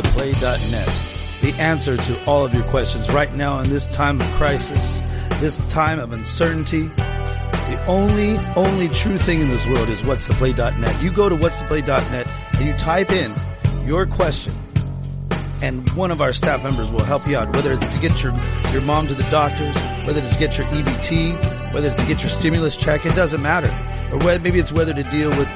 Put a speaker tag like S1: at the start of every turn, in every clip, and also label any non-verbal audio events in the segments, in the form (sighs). S1: whatstheplay.net. The answer to all of your questions right now in this time of crisis, this time of uncertainty. The only, only true thing in this world is whatstheplay.net. You go to whatstheplay.net and you type in your question and one of our staff members will help you out. Whether it's to get your, your mom to the doctors, whether it's to get your EBT, whether it's to get your stimulus check, it doesn't matter. Or whether, maybe it's whether to deal with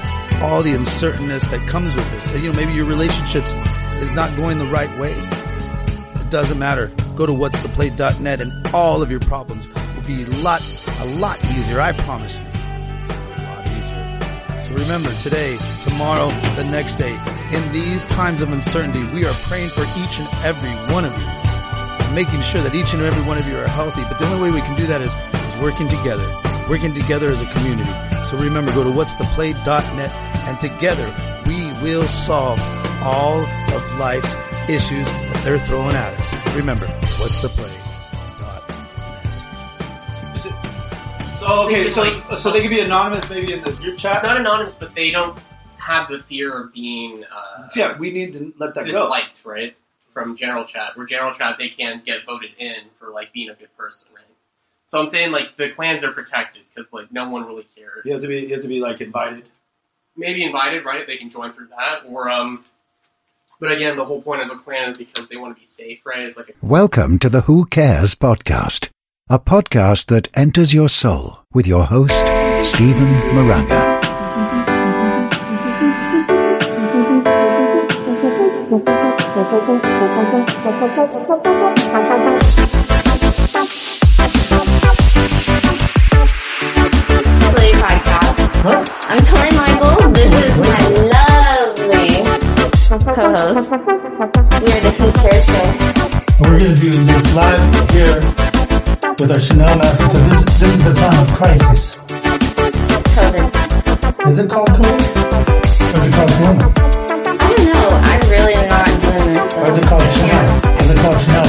S1: all the uncertainness that comes with this. So, you know, maybe your relationships is not going the right way. It doesn't matter. Go to whatstheplate.net and all of your problems will be a lot, a lot easier. I promise you. A lot easier. So remember today, tomorrow, the next day, in these times of uncertainty, we are praying for each and every one of you, and making sure that each and every one of you are healthy. But the only way we can do that is, is working together, working together as a community. So remember, go to whatstheplay.net and together we will solve all of life's issues that they're throwing at us. Remember, what's the play?
S2: Is it- So okay,
S3: Maybe
S2: so
S3: like-
S2: so they can be anonymous, maybe in this group chat.
S3: Not anonymous, but they don't have the fear of being uh,
S2: Yeah, we need to let that go.
S3: disliked, right? From general chat, where general chat they can get voted in for like being a good person, right? So I'm saying like the clans are protected because like no one really cares.
S2: You have to be, you have to be like invited.
S3: Maybe invited, right? They can join through that, or um. But again, the whole point of a clan is because they want to be safe, right? It's like a
S4: Welcome to the Who Cares podcast, a podcast that enters your soul with your host, Stephen Moraga.
S5: Lovely podcast. I'm Tori Michaels. This is my lovely co-host. We are the Who Cares Show.
S6: We're going to do this live here with our Chanel master because this, this is the time of crisis.
S5: COVID.
S6: Is it called COVID? Or is it called Corona?
S5: I don't know. I'm really not doing this.
S6: Or is it called Chanel? Is it called Chanel?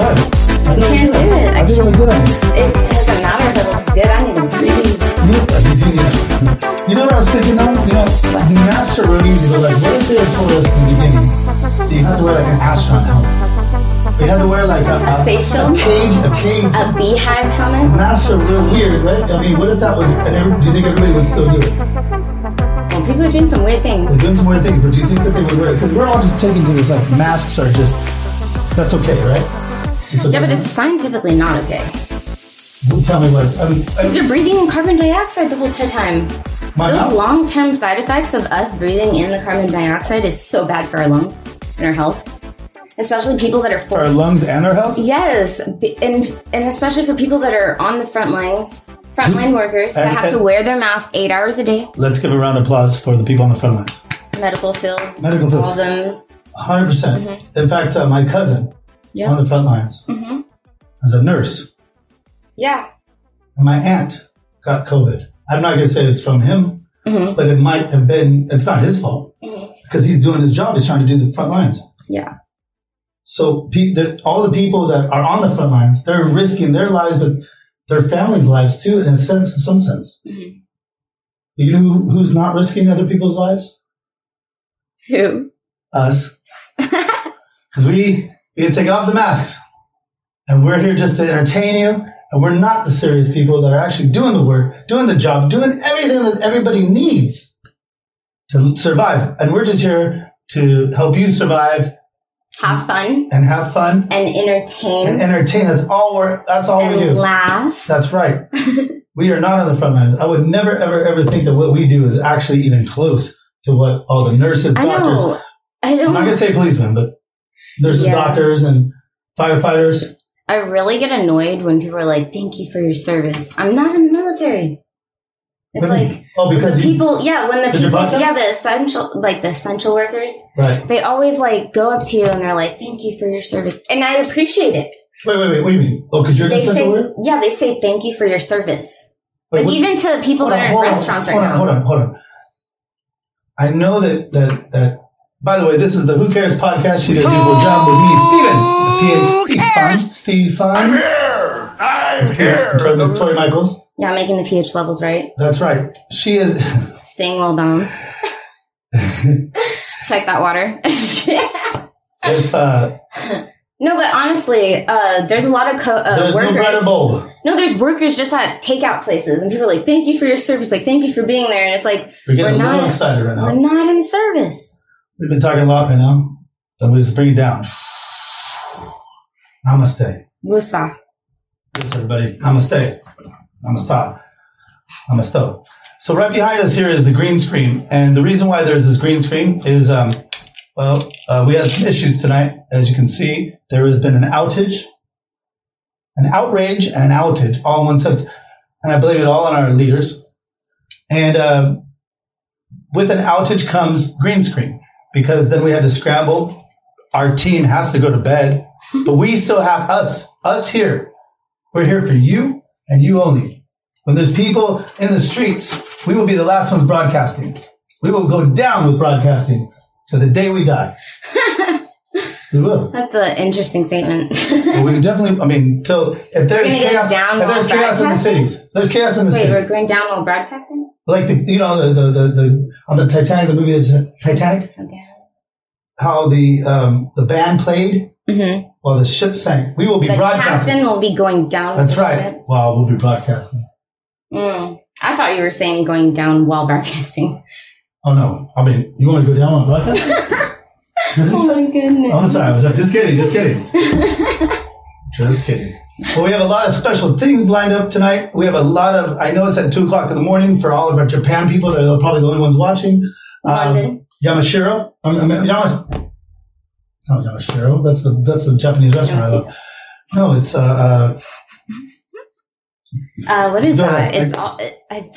S6: What? I think
S5: Can't
S6: I'm
S5: do it.
S6: I think I'm good on it.
S5: It doesn't matter if it looks good. I need to breathe.
S6: You know, I think you know- you know what I was thinking of? You know, the master release was like, what if they had told us in the beginning that you had to wear like an astronaut helmet? You had to wear like a, a,
S5: facial?
S6: a cage, a
S5: (laughs)
S6: cage.
S5: A beehive helmet?
S6: Master, we're weird, right? I mean, what if that was, and every, do you think everybody would still do it?
S5: Well, people are doing some weird things.
S6: They're doing some weird things, but do you think that they would wear it? Because we're all just taking to this, like, masks are just, that's okay, right? It's okay.
S5: Yeah, but it's scientifically not okay.
S6: Tell me what, I mean, I,
S5: You're breathing carbon dioxide the whole entire time.
S6: my
S5: Those
S6: mouth,
S5: long-term side effects of us breathing in the carbon dioxide is so bad for our lungs and our health, especially people that are
S6: our
S5: forced.
S6: lungs and our health?
S5: Yes, b- and and especially for people that are on the front lines, frontline workers that
S6: And-
S5: have to
S6: Hmm. and-
S5: wear their mask eight hours a day,
S6: Let's give a round of applause for the people on the front lines.
S5: medical field,
S6: Medical field.
S5: all them.
S6: 100%. percent In fact, uh, my cousin
S5: Mm-hmm. Yeah.
S6: on the front lines
S5: Mhm.
S6: was a nurse,
S5: Yeah,
S6: and my aunt got COVID. I'm not going to say it's from him,
S5: Mhm.
S6: but it might have been, it's not his fault
S5: Mhm.
S6: because he's doing his job, he's trying to do the front lines.
S5: yeah,
S6: So pe- the, all the people that are on the front lines, they're risking their lives, but their families' lives too, in a sense, in some sense.
S5: Mhm.
S6: You know who, who's not risking other people's lives?
S5: who?
S6: Us. Because we, we take off the masks. And we're here just to entertain you. And we're not the serious people that are actually doing the work, doing the job, doing everything that everybody needs to survive. And we're just here to help you survive
S5: Have fun
S6: and have fun
S5: and
S6: and
S5: entertain
S6: entertain. That's all we're. That's all we do.
S5: and laugh. (laughs)
S6: That's right. we are not on the front lines. I would never, ever, ever think that what we do is actually even close to what all the nurses,
S5: I
S6: doctors.
S5: know. I
S6: I'm
S5: don't.
S6: not gonna say policemen, but nurses,
S5: Yeah.
S6: doctors, and firefighters.
S5: I really get annoyed when people are like, "Thank you for your service." I'm not in the military. It's
S6: Women.
S5: like
S6: oh, because
S5: the
S6: you-
S5: people, yeah, when the
S6: Did you
S5: people,
S6: buy this?
S5: yeah, the essential, like the essential workers,
S6: right.
S5: they always like go up to you and they're like, "Thank you for your service," and I appreciate it.
S6: Wait, wait, wait. What do you mean? Oh, because you're an
S5: They say,
S6: essential worker.
S5: yeah, they say, "Thank you for your service,"
S6: Wait,
S5: like
S6: what-
S5: even to people
S6: hold on,
S5: that are
S6: hold
S5: in
S6: on,
S5: restaurants
S6: hold
S5: right
S6: on,
S5: now.
S6: Hold on, hold on. I know that that that. By the way, this is the Who Cares podcast. She does an evil job with me, Steven. PH Stefan. Stefan. I'm here. I'm here. This is Tori Michaels.
S5: Yeah, making the pH levels right.
S6: That's right. She is.
S5: Staying well balanced. check that water.
S6: (laughs)
S5: (laughs)
S6: If uh,
S5: no, but honestly, uh, there's a lot of co- uh,
S6: there's
S5: workers.
S6: no better bulb,
S5: No, there's workers just at takeout places, and people are like, "Thank you for your service. Like, thank you for being there." And it's like,
S6: we're getting
S5: We're
S6: a little
S5: not.
S6: excited right now.
S5: we're not in service.
S6: We've been talking a lot right now. Then we just bring it down. Namaste.
S5: Wusa.
S6: Yes, everybody. Namaste. Namaste. Namaste. So right behind us here is the green screen, and the reason why there's this green screen is, um, well, uh, we had some issues tonight. As you can see, there has been an outage, an outrage, and an outage all in one sense, and I blame it all on our leaders. And uh, with an outage comes green screen because then we had to scramble. Our team has to go to bed, but we still have us, us here. We're here for you and you only. When there's people in the streets, we will be the last ones broadcasting. We will go down with broadcasting to the day
S5: (laughs)
S6: we die. we will.
S5: That's an interesting statement. (laughs)
S6: But we definitely. I mean, so if there's
S5: gonna go
S6: chaos,
S5: down
S6: if there's
S5: while
S6: chaos in the
S5: broadcasting?
S6: cities, there's chaos in the
S5: Wait,
S6: cities.
S5: we're going down while broadcasting?
S6: like the you know the the the, the on the Titanic, the movie the Titanic,
S5: Okay.
S6: how the um, the band played
S5: Mm-hmm.
S6: while the ship sank. We will be
S5: The
S6: broadcasting.
S5: captain will be going down. with
S6: That's
S5: the
S6: right.
S5: ship.
S6: Wow, we'll be broadcasting.
S5: Mm. I thought you were saying going down while broadcasting.
S6: Oh no! I mean, you want to go down on broadcast? Did
S5: (laughs)
S6: you
S5: Oh
S6: say-
S5: my goodness.
S6: Oh, I'm sorry. I was just kidding.
S5: (laughs)
S6: Just kidding. just kidding. Well, we have a lot of special things lined up tonight. We have a lot of. I know it's at two o'clock in the morning for all of our Japan people. They're probably the only ones watching. Um,
S5: London.
S6: Yamashiro. Um, um, Yamas- not Yamashiro. That's the that's the Japanese restaurant. I love. No, it's uh, uh,
S5: Uh, what is
S6: Go
S5: that?
S6: ahead.
S5: It's all. I, I,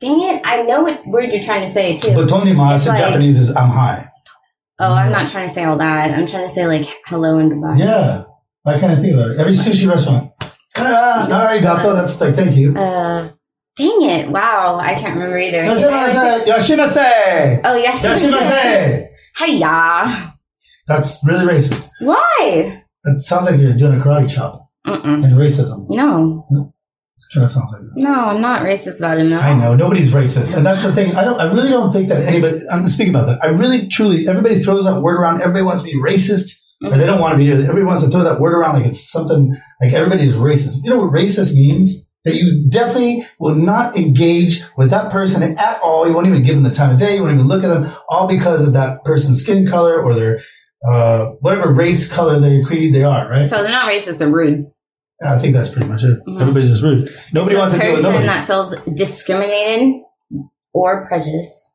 S5: dang it! I know what word you're trying to say too.
S6: Botonima.
S5: It's
S6: It's the
S5: like-
S6: Japanese is I'm high.
S5: oh, I'm not trying to say all that. I'm trying to say like hello and goodbye.
S6: Yeah, I kind of think about it. Every sushi restaurant. Ta-da! Arigato. That's like thank you.
S5: Uh, dang it! Wow, I can't remember either. I think I always say-
S6: Yoshimase! Yoshimase!
S5: Oh yes.
S6: Yoshimase!
S5: Hiya.
S6: That's really racist.
S5: Why?
S6: That sounds like you're doing a karate chop
S5: Mm-mm.
S6: and racism.
S5: No,
S6: Kind of sounds like that.
S5: no, I'm not racist about it. No.
S6: I know nobody's racist, and that's the thing. I don't. I really don't think that anybody. I'm speaking about that. I really, truly, everybody throws that word around. Everybody wants to be racist, or they don't want to be. Everybody wants to throw that word around like it's something like everybody's racist. You know what racist means? That you definitely will not engage with that person at all. You won't even give them the time of day. You won't even look at them, all because of that person's skin color or their uh, whatever race, color, their creed they are. Right?
S5: So they're not racist. They're rude.
S6: I think that's pretty much it.
S5: Mhm.
S6: Everybody's just rude. Nobody
S5: It's
S6: wants
S5: a
S6: to deal with
S5: person
S6: nobody.
S5: that feels discriminated or prejudiced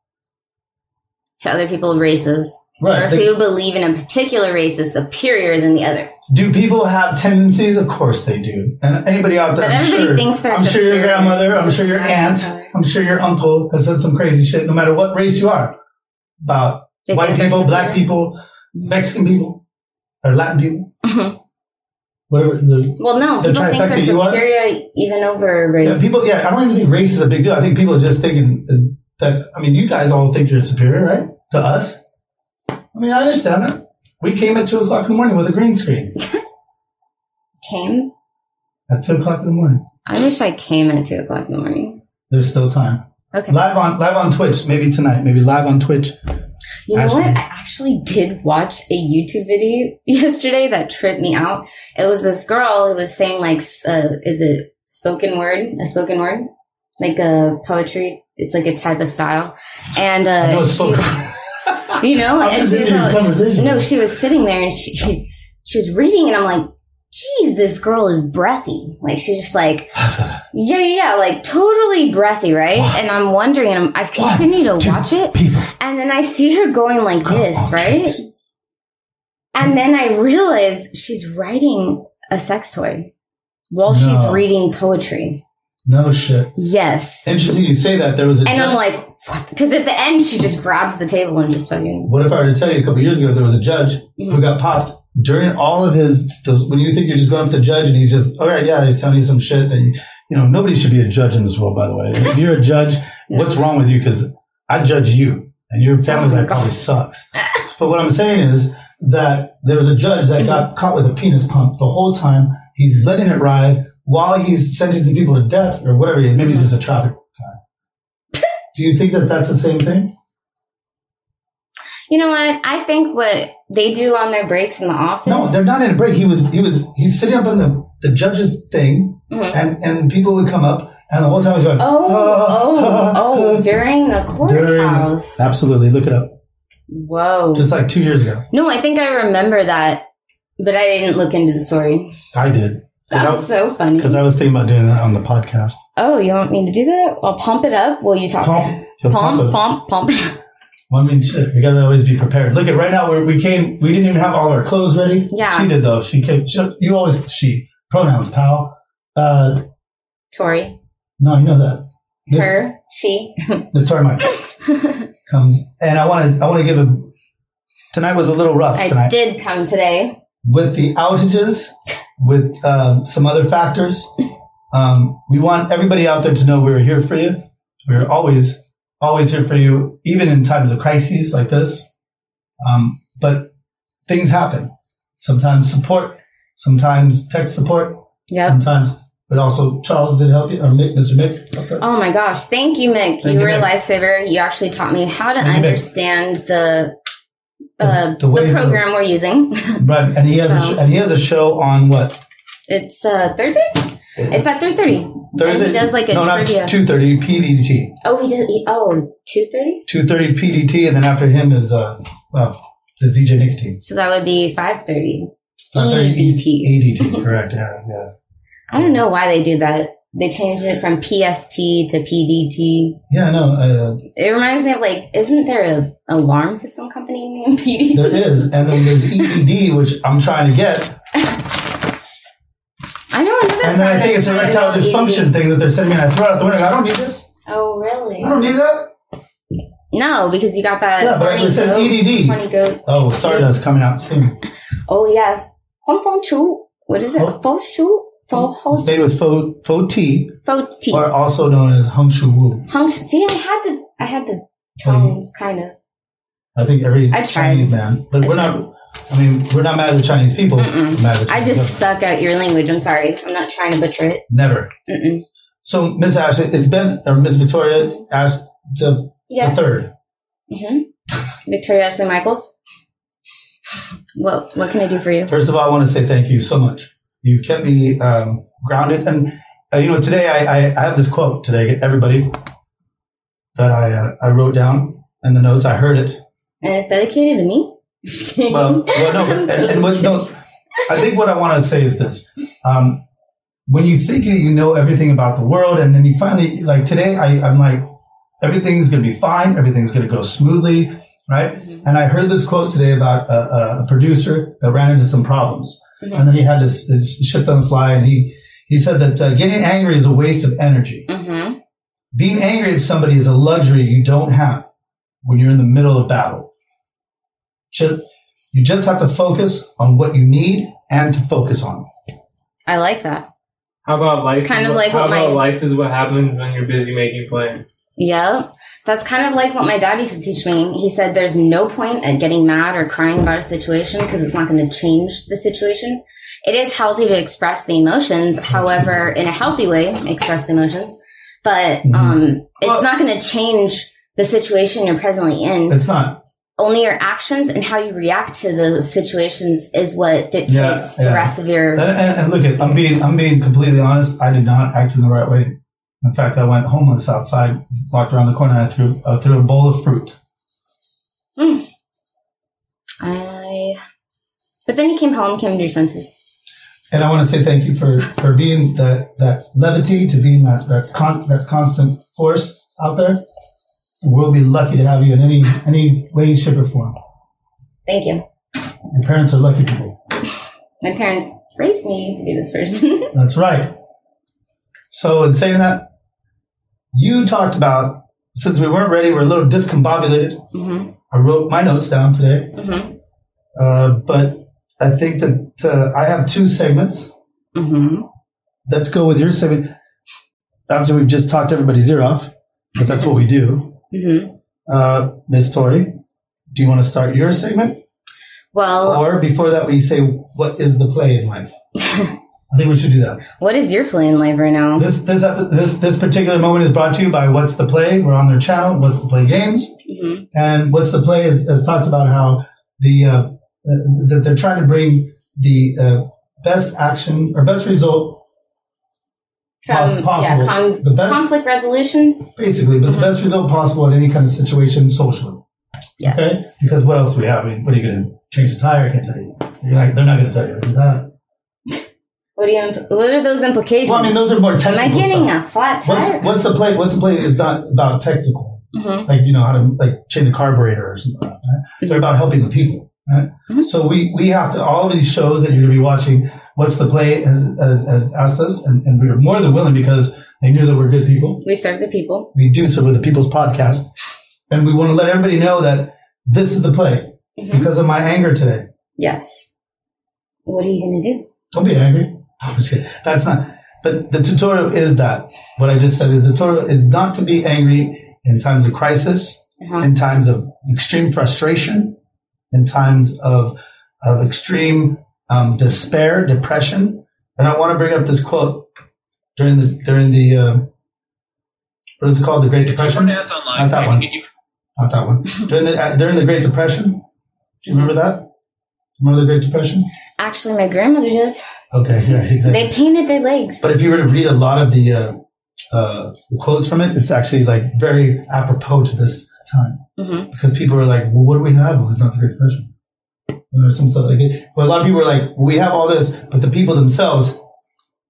S5: to other people of races,
S6: right?
S5: or
S6: They-
S5: who believe in a particular race is superior than the other.
S6: Do people have tendencies? Of course they do. And anybody out there,
S5: But
S6: I'm
S5: everybody
S6: sure,
S5: thinks they're
S6: I'm sure your
S5: superior.
S6: grandmother, I'm sure your
S5: I
S6: aunt,
S5: know.
S6: I'm sure your uncle has said some crazy shit. No matter what race you are, about
S5: They
S6: white
S5: think they're
S6: people, black
S5: superior.
S6: people, Mexican people, or Latin people,
S5: Mhm.
S6: whatever. The,
S5: Well, no,
S6: The
S5: people think they're
S6: trifecta you are?
S5: superior even over race.
S6: yeah, people. Yeah, I don't even think race is a big deal. I think people are just thinking that. that- I mean, you guys all think you're superior, right? To us. I mean, I understand that. We came at two o'clock in the morning with a green screen.
S5: came.
S6: At two o'clock in the morning,
S5: I wish I came at two o'clock in the morning.
S6: there's still time.
S5: Okay.
S6: Live on live on Twitch, maybe tonight, maybe live on Twitch.
S5: You know
S6: Actually-
S5: what? I actually did watch a YouTube video (laughs) yesterday that tripped me out. It was this girl who was saying like, s- uh, is it spoken word? A spoken word, like a poetry. It's like a type of style, and uh,
S6: I know it's
S5: she-
S6: spoken.
S5: (laughs) you know,
S6: I'm
S5: and
S6: just
S5: she was,
S6: in your
S5: all-
S6: conversation.
S5: no, she was sitting there and she, she was reading, and I'm like, geez, this girl is breathy. Like she's just
S6: (laughs)
S5: like, yeah, yeah, yeah, like totally breathy, right? And I'm wondering, and I'm, I continue to watch it,
S6: (laughs) People,
S5: and then I see her going like
S6: Oh,
S5: this, right?
S6: jeez.
S5: And then I realize she's writing a sex toy while she's
S6: No.
S5: reading poetry.
S6: no shit.
S5: Yes.
S6: Interesting you say that. There was a.
S5: And I'm
S6: judge-
S5: like, because at the end she just grabs the table and just fucking.
S6: what if I were to tell you a couple years ago there was a judge who got popped during all of his. Those, when you think you're just going up to the judge and he's just all right, yeah, he's telling you some shit that you, you know nobody should be a judge in this world. By the way, if you're a judge, what's wrong with you? Because I judge you and your family
S5: Oh my
S6: life probably
S5: God. (laughs)
S6: sucks. But what I'm saying is that there was a judge that
S5: Mm-hmm.
S6: got caught with a penis pump the whole time. He's letting it ride while he's sentencing people to death or whatever. he is. Maybe he's just a
S5: (laughs)
S6: traffic guy. Do you think that that's the same thing?
S5: You know what? I think what they do on their breaks in the office.
S6: No, they're not in a break. He was he was he's sitting up on the, the judge's thing
S5: Mhm.
S6: and, and people would come up and the whole time he's going,
S5: Oh,
S6: "Ah,
S5: oh,
S6: (laughs) ah,
S5: oh!
S6: ah."
S5: During the
S6: During-
S5: courthouse.
S6: Absolutely, look it up.
S5: Whoa.
S6: Just like two years ago.
S5: No, I think I remember that, but I didn't look into the story.
S6: I did.
S5: That's so funny.
S6: Because I was thinking about doing that on the podcast.
S5: Oh, you don't need to do that? I'll pump it up while you talk.
S6: Pump. You'll pump
S5: pump,
S6: it.
S5: pump, pump. (laughs)
S6: Well, I mean, shit, we gotta always be prepared. Look at right now, we we came, we didn't even have all our clothes ready.
S5: Yeah.
S6: She did though. She came, she, you always, she, pronouns, pal. Uh,
S5: Tori,
S6: no, you know that. Miss-
S5: her, she.
S6: Miss
S5: (laughs)
S6: Tori Mike comes. And I wanna, I wanna give a, tonight was a little rough
S5: I
S6: tonight.
S5: did come today.
S6: With the outages, with uh, some other factors, um, we want everybody out there to know we're here for you. We're always, always here for you, even in times of crises like this. Um, but things happen. Sometimes support, sometimes tech support,
S5: Yep.
S6: sometimes. But also, Charles did help you, or Mick, Mr. Mick. helped us.
S5: Oh my gosh. Thank you, Mick.
S6: Thank
S5: you
S6: you,
S5: were a
S6: Mick.
S5: lifesaver. You actually taught me how to
S6: Thank you, Mick.
S5: understand the uh,
S6: The- the
S5: the,
S6: ways of-
S5: program we're using. (laughs)
S6: Right, and he has a
S5: Um, So-
S6: sh- and he has a show on what
S5: it's uh, Thursdays? It's at 3.30.
S6: Thursday.
S5: And he does like a
S6: no,
S5: trivia.
S6: not two thirty PDT.
S5: Oh, he did. He, oh, 2.30?
S6: Two thirty PDT, and then after him is uh, well, is DJ Nicotine.
S5: So that would be 5.30.
S6: Not E 30,
S5: EDT.
S6: EDT, correct. Yeah, yeah.
S5: I don't know why they do that. They changed it from PST to PDT.
S6: Yeah, no, uh,
S5: It reminds me of like, isn't there a alarm system company named
S6: (laughs)
S5: PDT?
S6: there is. And then there's
S5: (laughs)
S6: EDD, which I'm trying to get.
S5: I know another.
S6: And then I
S5: song
S6: think
S5: that's
S6: it's an erectile
S5: about
S6: dysfunction
S5: ED.
S6: thing that they're sending me. And I throw it out the window. I don't need this.
S5: E Oh really?
S6: I don't need that.
S5: No, because you got that.
S6: Yeah, but
S5: horny
S6: it says E
S5: goat-
S6: EDD.
S5: horny goat.
S6: Oh, Stardust coming out soon.
S5: Oh yes. Hong Fong Chu. What is it?
S6: Huh? Hmm.
S5: Fo Chu. Fo Ho.
S6: Made with faux, faux tea,
S5: Fo Ti.
S6: or also known as Hung Shu Wu.
S5: Hong. Chu- See, I had the. I had the tones kind of.
S6: I think every
S5: I tried.
S6: Chinese man. But
S5: I
S6: we're
S5: tried.
S6: not, I mean, we're not mad at the Chinese people.
S5: Mm-mm.
S6: We're mad at the
S5: I
S6: Chinese
S5: just suck at your language. I'm sorry. I'm not trying to butcher it.
S6: Never.
S5: Mm-mm.
S6: So, Miss Ashley, it's been, or Miss Victoria, Ash, the,
S5: Yes.
S6: the third.
S5: hmm Victoria Ashley Michaels. What What can I do for you?
S6: First of all, I want to say thank you so much. You kept me um, grounded, and uh, you know, today I, I, I have this quote today, everybody, that I uh, I wrote down in the notes. I heard it.
S5: And it's dedicated to me.
S6: Well, well no, and, and what, no, I think what I want to say is this: um, when you think that you know everything about the world, and then you finally like today, I, I'm like, everything's going to be fine, everything's going to go smoothly, right? And I heard this quote today about a, a- a producer that ran into some problems,
S5: Mhm.
S6: and then he had to s- s- shift on the fly, and he he said that uh, getting angry is a waste of energy.
S5: Mm-hmm.
S6: Being angry at somebody is a luxury you don't have when you're in the middle of battle. Just, you just have to focus on what you need and to focus on.
S5: I like that.
S7: How about life?
S5: It's kind
S7: is
S5: of like
S7: how
S5: what my-
S7: about life is what happens when you're busy making plans.
S5: Yep. That's kind of like what my dad used to teach me. He said there's no point at getting mad or crying about a situation because it's not going to change the situation. It is healthy to express the emotions, however, in a healthy way, express the emotions, but um, it's not going to change the situation you're presently in.
S6: It's not.
S5: Only your actions and how you react to those situations is what dictates the
S6: yeah.
S5: rest of your.
S6: And, and- and look, at, I'm being I'm being completely honest. I did not act in the right way. In fact, I went homeless outside, walked around the corner, and I threw uh, threw a bowl of fruit.
S5: I. But then you came home, came to your senses.
S6: And I want to say thank you for, for being that, that levity, to being that, that, con, that constant force out there. We'll be lucky to have you in any, any way, shape, or form.
S5: Thank you.
S6: Your parents are lucky people.
S5: My parents raised me to be this person. (laughs)
S6: That's right. So, in saying that, you talked about since we weren't ready, we're a little discombobulated.
S5: Mhm.
S6: I wrote my notes down today,
S5: Mhm.
S6: uh, but I think that uh, I have two segments.
S5: Mhm.
S6: let's go with your segment. Obviously, we've just talked everybody's ear off, but that's what we do.
S5: Mhm.
S6: Uh, Ms. Tori, do you want to start your segment?
S5: Well,
S6: Or before that, we say, what is the play in life? I think we should do that.
S5: what is your play in life right now?
S6: This, this, ep- this, this particular moment is brought to you by What's the Play. We're on their channel, What's the Play Games.
S5: hmm
S6: And what's the play has, has talked about how the uh, uh, that they're trying to bring the uh, best action or best result, Pos- possible.
S5: yeah, con-
S6: The best-
S5: conflict resolution.
S6: basically, but the best result possible in any kind of situation socially.
S5: Yes.
S6: Okay? Because what else do we have? I mean, what are you going to change the tire? I can't tell you. You're not, they're not going to tell you. You're not-
S5: What do you? Imp- what are those implications?
S6: Well, I mean, those are more
S5: Am
S6: technical.
S5: I getting
S6: stuff.
S5: a flat tire?
S6: What's what's the play? What's the play is not about technical.
S5: Mhm.
S6: like you know how to like change the carburetor or something. Like that, right? They're about helping the people. Right?
S5: Mhm.
S6: So we we have to all of these shows that you're going to be watching. What's the play has has, has asked us, and, and we were more than willing because they knew that we're good people.
S5: We serve the people.
S6: We do so with the People's Podcast, and we want to let everybody know that this is the play
S5: Mhm.
S6: because of my anger today.
S5: Yes. What are you going to do?
S6: Don't be angry. (laughs) I'm just kidding. That's not. But the tutorial is that what I just said is the tutorial is not to be angry in times of crisis.
S5: Uh-huh.
S6: in times of extreme frustration, in times of of extreme um, despair, depression. And I want to bring up this quote during the during the uh, what is it called? The Great Depression.
S8: Ads online.
S6: Not that one. Not that one. During the uh, during the Great Depression. Do you remember that? Remember the Great Depression?
S5: Actually, my grandmother does.
S6: Okay, (laughs) yeah, exactly.
S5: They painted their legs.
S6: But if you were to read a lot of the uh, uh, the quotes from it, it's actually like very apropos to this time.
S5: hmm
S6: because people are like, well, what do we have if it's not the Great Depression? And there's some stuff like it. But a lot of people are like, we have all this, but the people themselves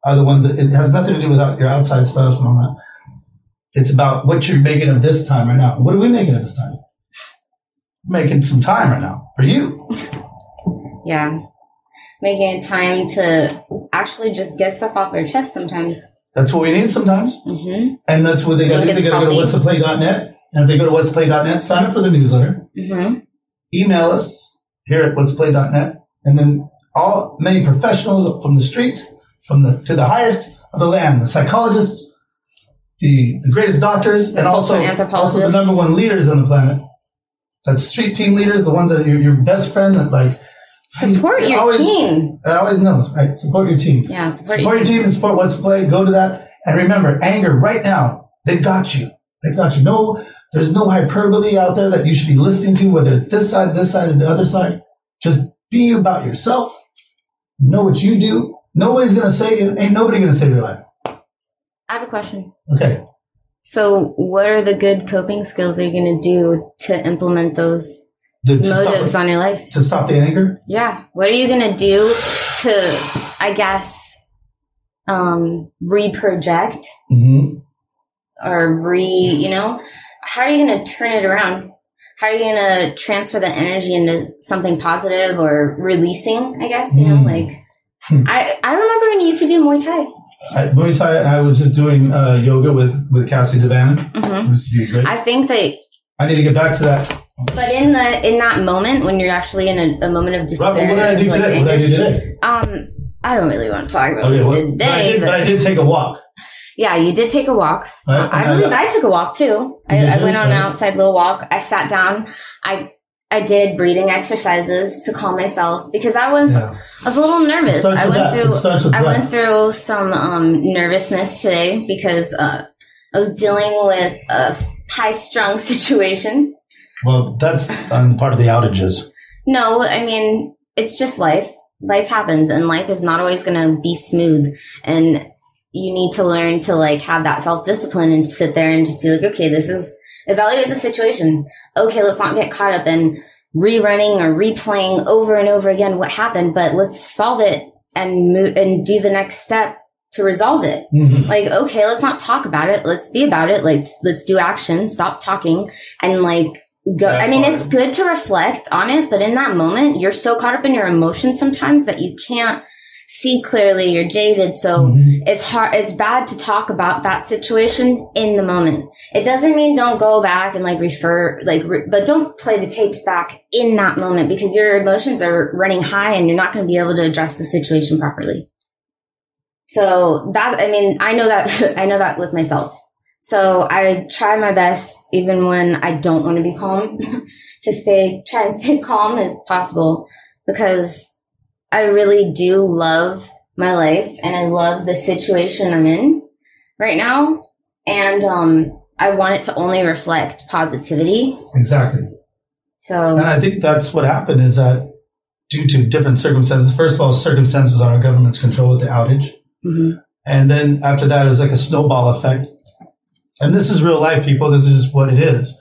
S6: are the ones that it has nothing to do with out- your outside stuff and all that. It's about what you're making of this time right now. What are we making of this time? We're making some time right now for you.
S5: Yeah. Making time to actually just get stuff off their chest sometimes.
S6: That's what we need sometimes.
S5: hmm
S6: And that's what they got to do. They
S5: Lincoln's
S6: got to go to what's
S5: healthy.
S6: the play.net. And if they go to what's the play.net, sign up for the newsletter.
S5: hmm
S6: email us here at let's play.net and then all many professionals from the street from the to the highest of the land the psychologists the, the greatest doctors and also,
S5: cultural anthropologists.
S6: also the number one leaders on the planet that's street team leaders the ones that are your, your best friend that like
S5: Support
S6: I
S5: your
S6: always,
S5: team.
S6: I always know right support your team
S5: Yeah,
S6: support,
S5: support, your
S6: your
S5: team.
S6: team and support what's play go to that and remember anger right now they've got you they've got you no there's no hyperbole out there that you should be listening to whether it's this side this side or the other side just be about yourself know what you do nobody's gonna save you ain't nobody gonna save your life
S5: I have a question.
S6: okay
S5: So, what are the good coping skills that you're going to do to implement those
S6: to, to
S5: motives
S6: stop,
S5: on your life?
S6: to stop the anger
S5: Yeah. What are you gonna do to, I guess, um, reproject
S6: mm-hmm.
S5: or re, you know, how are you gonna turn it around? How are you gonna transfer the energy into something positive or releasing? I guess you know,
S6: Hmm.
S5: like
S6: Hmm.
S5: I I remember when you used to do Muay Thai.
S6: I, Muay Thai, I was just doing uh, yoga with with Cassie Devanna.
S5: hmm
S6: It was to be great. I,
S5: I think that,
S6: need to get back to that.
S5: but in the in that moment when you're actually in a, a moment of despair,
S6: Rob, what did I do
S5: like
S6: today? What did I
S5: anger-
S6: do today?
S5: Um, I don't really want to talk about
S6: Okay,
S5: what
S6: well,
S5: you did
S6: but, I
S5: today,
S6: did, but I did take a walk.
S5: Yeah, you did take a walk.
S6: Right,
S5: Uh, I
S6: and I
S5: believe
S6: lo-
S5: I took a walk too. I,
S6: You
S5: I
S6: did, Oh.
S5: went on an
S6: right.
S5: outside little walk. I sat down. I I did breathing exercises to calm myself because I was
S6: Yeah.
S5: I was a little
S6: It
S5: nervous.
S6: starts
S5: I
S6: with that. It
S5: went
S6: starts
S5: through
S6: with
S5: I
S6: breath.
S5: went through some um, nervousness today because uh, I was dealing with a high strung (laughs) situation.
S6: Well, that's um, part of the outages.
S5: No, I mean it's just life. Life happens, and life is not always going to be smooth. And you need to learn to like have that self discipline and sit there and just be like, okay, this is evaluate the situation. Okay, let's not get caught up in rerunning or replaying over and over again what happened, but let's solve it and move and do the next step to resolve it (clears throat)
S6: Mm-hmm.
S5: like okay let's not talk about it let's be about it let's let's do action stop talking and like go
S7: That
S5: i mean
S7: part.
S5: it's good to reflect on it but in that moment you're so caught up in your emotions sometimes that you can't see clearly you're jaded so
S6: Mm-hmm.
S5: it's hard it's bad to talk about that situation in the moment it doesn't mean don't go back and like refer like re- but don't play the tapes back in that moment because your emotions are running high and you're not going to be able to address the situation properly so that i mean i know that (laughs) i know that with myself so i try my best even when i don't want to be calm (laughs) to stay try and stay (laughs) calm as possible because i really do love my life and I love the situation I'm in right now. And um, I want it to only reflect positivity.
S6: Exactly.
S5: So
S6: And I think that's what happened is that due to different circumstances, first of all, circumstances on our government's control with the outage.
S5: mhm.
S6: And then after that, it was like a snowball effect. And this is real life, people. This is just what it is.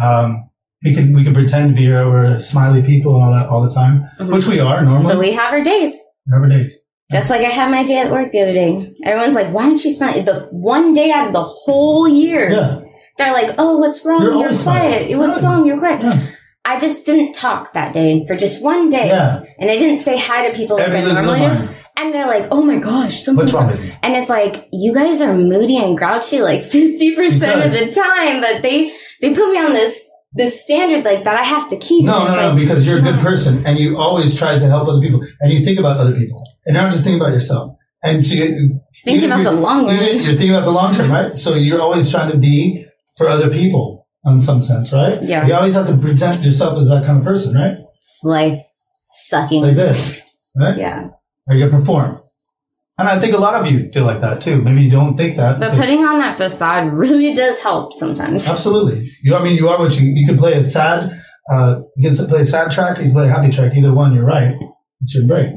S6: Um, we can we can pretend to be here, we're smiley people and all that all the time,
S5: Mhm.
S6: which we are
S5: but
S6: normally.
S5: we have our days.
S6: Never days.
S5: Just like I had my day at work the other day. Everyone's like, "Why didn't she smile?" The one day out of the whole year,
S6: Yeah,
S5: they're like, "Oh, what's wrong?
S6: You're
S5: You're,
S6: always
S5: quiet.
S6: smiling.
S5: What's
S6: Yeah.
S5: wrong? You're quiet."
S6: yeah,
S5: I just didn't talk that day for just one day,
S6: yeah.
S5: and I didn't say hi to people like I
S6: Everything's
S5: normally
S6: in
S5: do.
S6: line.
S5: And they're like, "Oh my gosh, something's
S6: What's wrong with you?
S5: And it's like you guys are moody and grouchy like (laughs) fifty percent of the time, but they they put me on this this standard like that I have to keep.
S6: No,
S5: And
S6: no,
S5: it's
S6: no,
S5: like,
S6: because you're
S5: (laughs)
S6: a good
S5: it's not.
S6: person and you always try to help other people and you think about other people and you're not just thinking about yourself. And so you,
S5: Thinking
S6: even if
S5: about the
S6: you-
S5: long
S6: even if
S5: run.
S6: You're thinking about the long term, right? So you're always trying to be for other people in some sense, right?
S5: Yeah.
S6: You always have to present yourself as that kind of person, right?
S5: It's life sucking.
S6: Like this, right?
S5: yeah,
S6: Or you perform. And I think a lot of you feel like that too. Maybe you don't think that.
S5: but
S6: because-
S5: putting on that facade really does help sometimes.
S6: Absolutely. You, I mean, you are what you. You can play a sad. Uh, you can play a sad track. Or you can play a happy track. Either one, you're right. It's your brain.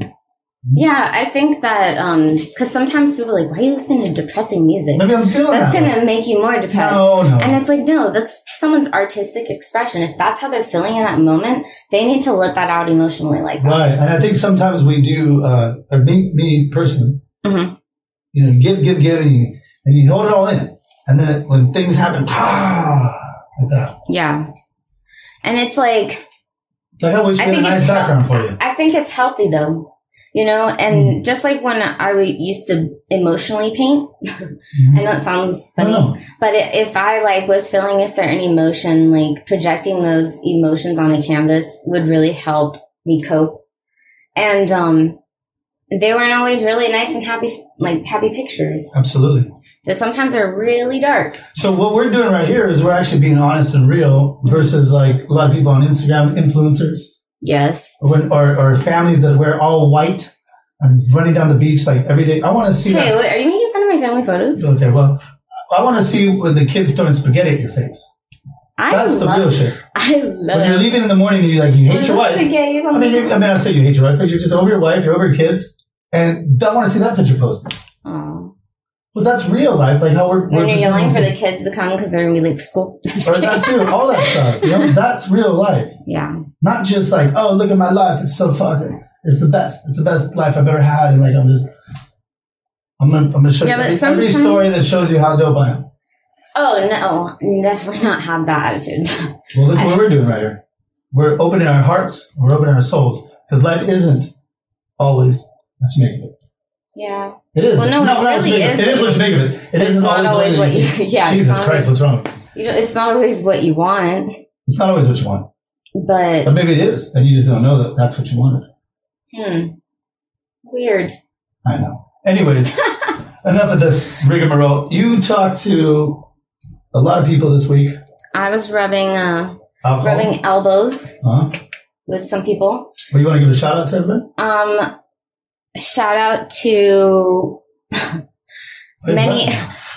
S5: Yeah, I think that um because sometimes people are like, why are you listening to depressing music?
S6: Maybe I'm feeling
S5: That's
S6: that way.
S5: gonna make you more depressed.
S6: No, no.
S5: And it's like, no, that's someone's artistic expression. If that's how they're feeling in that moment, they need to let that out emotionally like that.
S6: Right, and I think sometimes we do. Uh, or me, me personally,
S5: Mhm.
S6: you know, you give, give, give, and you and you hold it all in, and then when things happen, (laughs) like that.
S5: Yeah. And it's like,
S6: It's like, oh, we should
S5: I
S6: get a
S5: think
S6: nice
S5: it's
S6: background
S5: hel-
S6: for you. Hmm.
S5: I think it's healthy though, you know, and just like when I w- used to emotionally paint, (laughs) I know it sounds
S6: I
S5: funny,
S6: don't know.
S5: but i- if I like was feeling a certain emotion, like projecting those emotions on a canvas would really help me cope. And, um, they weren't always really nice and happy, like happy pictures
S6: Absolutely.
S5: that sometimes are really dark.
S6: So what we're doing right here is we're actually being honest and real versus like a lot of people on Instagram influencers
S5: Yes.
S6: or, when, or, or families that wear all white and running down the beach like every day. I want to see
S5: Hey,
S6: that.
S5: what, are you making fun of my family photos?
S6: Okay, well, I want to see when the kids throwing spaghetti at your face.
S5: I
S6: That's the
S5: love,
S6: real shit.
S5: I love
S6: when you're leaving in the morning and you like you hate your
S5: What's
S6: wife.
S5: the gaze on
S6: I mean,
S5: the-
S6: you, I mean, I say you hate your wife, but you're just over your wife, you're over your kids, and don't want to see that picture posted.
S5: Aw.
S6: But that's real life, like how we're.
S5: And
S6: we're
S5: then you're yelling for the
S6: presenting-
S5: kids to come because they're gonna be late for
S6: (laughs)
S5: school.
S6: or that too, all that stuff.
S5: (laughs)
S6: You know, that's real life,
S5: yeah,
S6: not just like oh look at my life, it's so fucking, it's the best, it's the best life I've ever had, and like I'm just. I'm gonna, I'm gonna show
S5: Yeah,
S6: you
S5: but
S6: every, every
S5: sometimes-
S6: story that shows you how dope I am.
S5: Oh no, definitely not have that attitude.
S6: Well, look
S5: I-
S6: what we're doing right here. We're opening our hearts, we're opening our souls, because life isn't always what you make of it.
S5: yeah,
S6: It is.
S5: Well, no, it
S6: what I was
S5: really is.
S6: thinking. It is what you make of it. It
S5: But it's
S6: isn't
S5: not always
S6: the way
S5: what you- (laughs)
S6: think.
S5: yeah, it's not
S6: Jesus Christ,
S5: always-
S6: what's wrong?
S5: you know, it's not always what you want,
S6: It's not always what you want. But
S5: but
S6: maybe it is, and you just don't know that that's what you wanted.
S5: hmm, weird.
S6: I know. Anyways,
S5: (laughs)
S6: enough of this rigmarole. You talked to a lot of people this week.
S5: I was rubbing uh,
S6: Alcohol.
S5: rubbing elbows
S6: Huh?
S5: with some people.
S6: Well, you want to give a shout out to everybody?
S5: Um, shout out to many.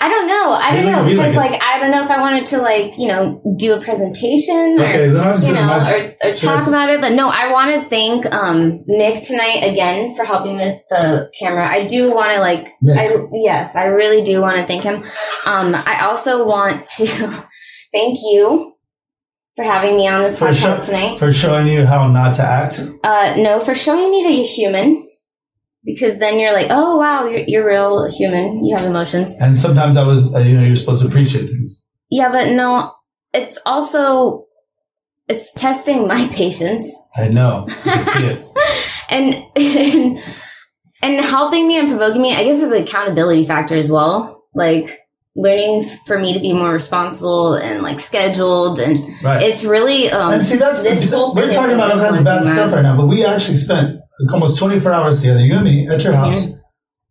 S5: I don't know. I don't
S6: Really?
S5: know
S6: We
S5: because
S6: like it.
S5: like I don't know if I wanted to like you know do a presentation or
S6: Okay, then I'll just
S5: (laughs) you
S6: give
S5: know,
S6: my-
S5: or, or
S6: So
S5: talk
S6: it's-
S5: about it. But no, I want to thank um, Nick tonight again for helping with the camera. I do want to like,
S6: Nick.
S5: I yes, I really do want to thank him. Um, I also want to (laughs) thank you for having me on this
S6: for,
S5: podcast
S6: sho-
S5: tonight.
S6: for showing you how not to act.
S5: Uh, no, for showing me that you're human. Because then you're like, oh wow, you're, you're real human. You have emotions.
S6: And sometimes I was, uh, you know, you're supposed to appreciate things.
S5: Yeah, but no, it's also it's testing my (laughs) patience.
S6: I know. I can
S5: (laughs)
S6: see it.
S5: and and, and helping me and provoking me i guess is an accountability factor as well like learning for me to be more responsible and like scheduled and
S6: Right.
S5: it's really um
S6: and see, that's
S5: this whole
S6: we're
S5: thing
S6: talking
S5: is
S6: about all kinds of bad
S5: influencing
S6: stuff
S5: that.
S6: right now, but we actually spent almost 24 hours together, you and me, at your house.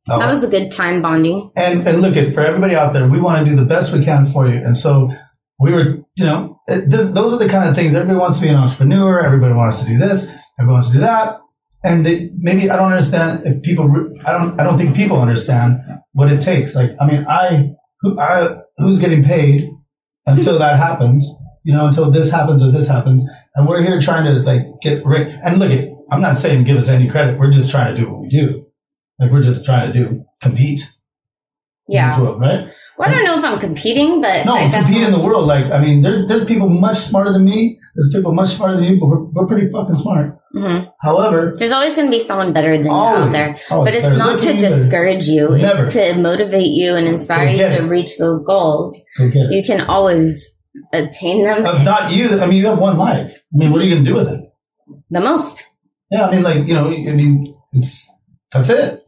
S6: Uh,
S5: that was a good time bonding
S6: and, and look, at for everybody out there, we want to do the best we can for you. And so we were, you know, it, this, those are the kind of things everybody wants to be an entrepreneur. Everybody wants to do this. Everybody wants to do that. And they, maybe I don't understand if people. re- I don't. I don't think people understand what it takes. Like, I mean, I who I who's getting paid until that happens, you know, until this happens or this happens. And we're here trying to like get rid. And look, it, I'm not saying give us any credit. We're just trying to do what we do. Like we're just trying to do compete in
S5: Yeah.
S6: this world, right?
S5: Well, I don't know if I'm competing, but
S6: No,
S5: I
S6: compete
S5: definitely-
S6: in the world. Like I mean, there's there's people much smarter than me. There's people much smarter than you, but we're, we're pretty fucking smart.
S5: Mhm.
S6: However,
S5: There's always going to be someone better than you
S6: always,
S5: out there.
S6: always
S5: But it's
S6: better
S5: not to
S6: looking, better-
S5: discourage you.
S6: Never.
S5: It's to motivate you and inspire
S6: Go
S5: you
S6: get
S5: to
S6: it.
S5: reach those goals.
S6: Go get it.
S5: You can always attain them
S6: If not you, I mean, you have one life. I mean, what are you going to do with it?
S5: the most.
S6: Yeah, I mean, like you know, I mean, it's that's it.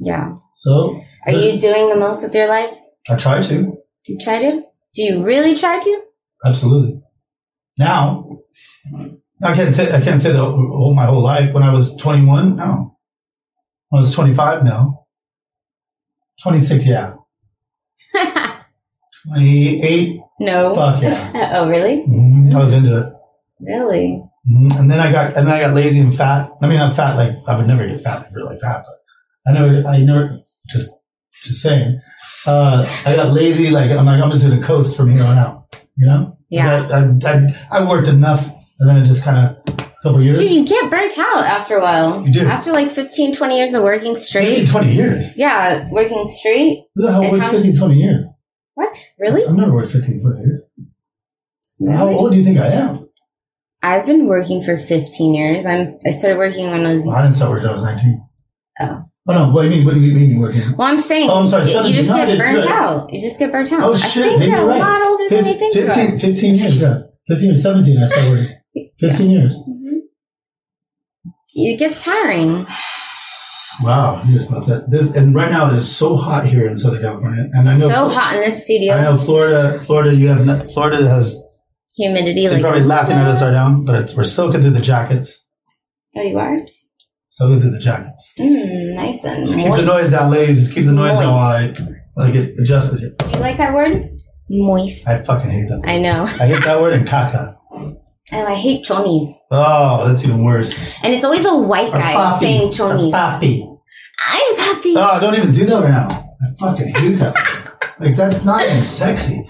S5: Yeah.
S6: So
S5: Are you doing the most with your life?
S6: I try to
S5: Do you try to? Do you really try to?
S6: absolutely. Now, I can't say I can't say that all my whole life. When I was 21, no. When I was 25, no. 26, yeah. 28,
S5: (laughs) no.
S6: fuck yeah.
S5: (laughs) oh, really?
S6: Mhm, I was into it.
S5: Really?
S6: Mhm, And then I got and then I got lazy and fat. I mean, I'm fat. Like I would never get fat like really fat, but I never, I never just just saying. Uh, I got lazy. Like I'm like I'm just gonna coast from here on out. You know?
S5: Yeah.
S6: I I, I, I worked enough, and then it just kind of couple years,
S5: Dude, you get burnt out after a while.
S6: You do.
S5: After like 15, 20 years of working
S6: 15,
S5: straight.
S6: 20 years.
S5: Yeah, working straight.
S6: Who the hell
S5: And
S6: works
S5: how-
S6: 15, 20 years?
S5: What? Really?
S6: I've never worked 15, 20 years. How old do you think I am?
S5: I've been working for 15 years. I'm I started working when I was
S6: Well, I didn't start working. I was 19.
S5: Oh.
S6: Oh no! What do you mean? What do you mean working?
S5: Well, I'm saying
S6: Oh, I'm sorry,
S5: you- you
S6: 17.
S5: just
S6: No, I
S5: get
S6: didn't
S5: burnt
S6: do it.
S5: out. You just get burnt out.
S6: Oh shit!
S5: I think
S6: maybe
S5: you're
S6: you're right.
S5: a lot older than you think you are.
S6: 15, 15 years, yeah. 15 or 17, I started working. 15 years.
S5: It gets tiring.
S6: Wow, you just bought that. This, and right now it is so hot here in Southern California. And I know,
S5: so hot in this studio.
S6: I know Florida, Florida, you have, no- Florida has,
S5: Humidity.
S6: they're
S5: Like
S6: probably laughing at us right now, but it's, we're soaking through the jackets.
S5: Oh, you are.
S6: Soaking through the jackets.
S5: Mm, nice and
S6: Just
S5: moist.
S6: keep the noise down, ladies. Just keep the noise down while I, while I get adjusted here.
S5: You like that word? Moist.
S6: I fucking hate that.
S5: I know.
S6: I hate that word and caca.
S5: Oh, I hate chonies.
S6: Oh, that's even worse.
S5: And it's always a white
S6: Or
S5: guy
S6: papi.
S5: saying
S6: Or
S5: chonies.
S6: papi.
S5: I'm happy.
S6: Oh, don't even do that right now. I fucking hate that. like that's not even sexy.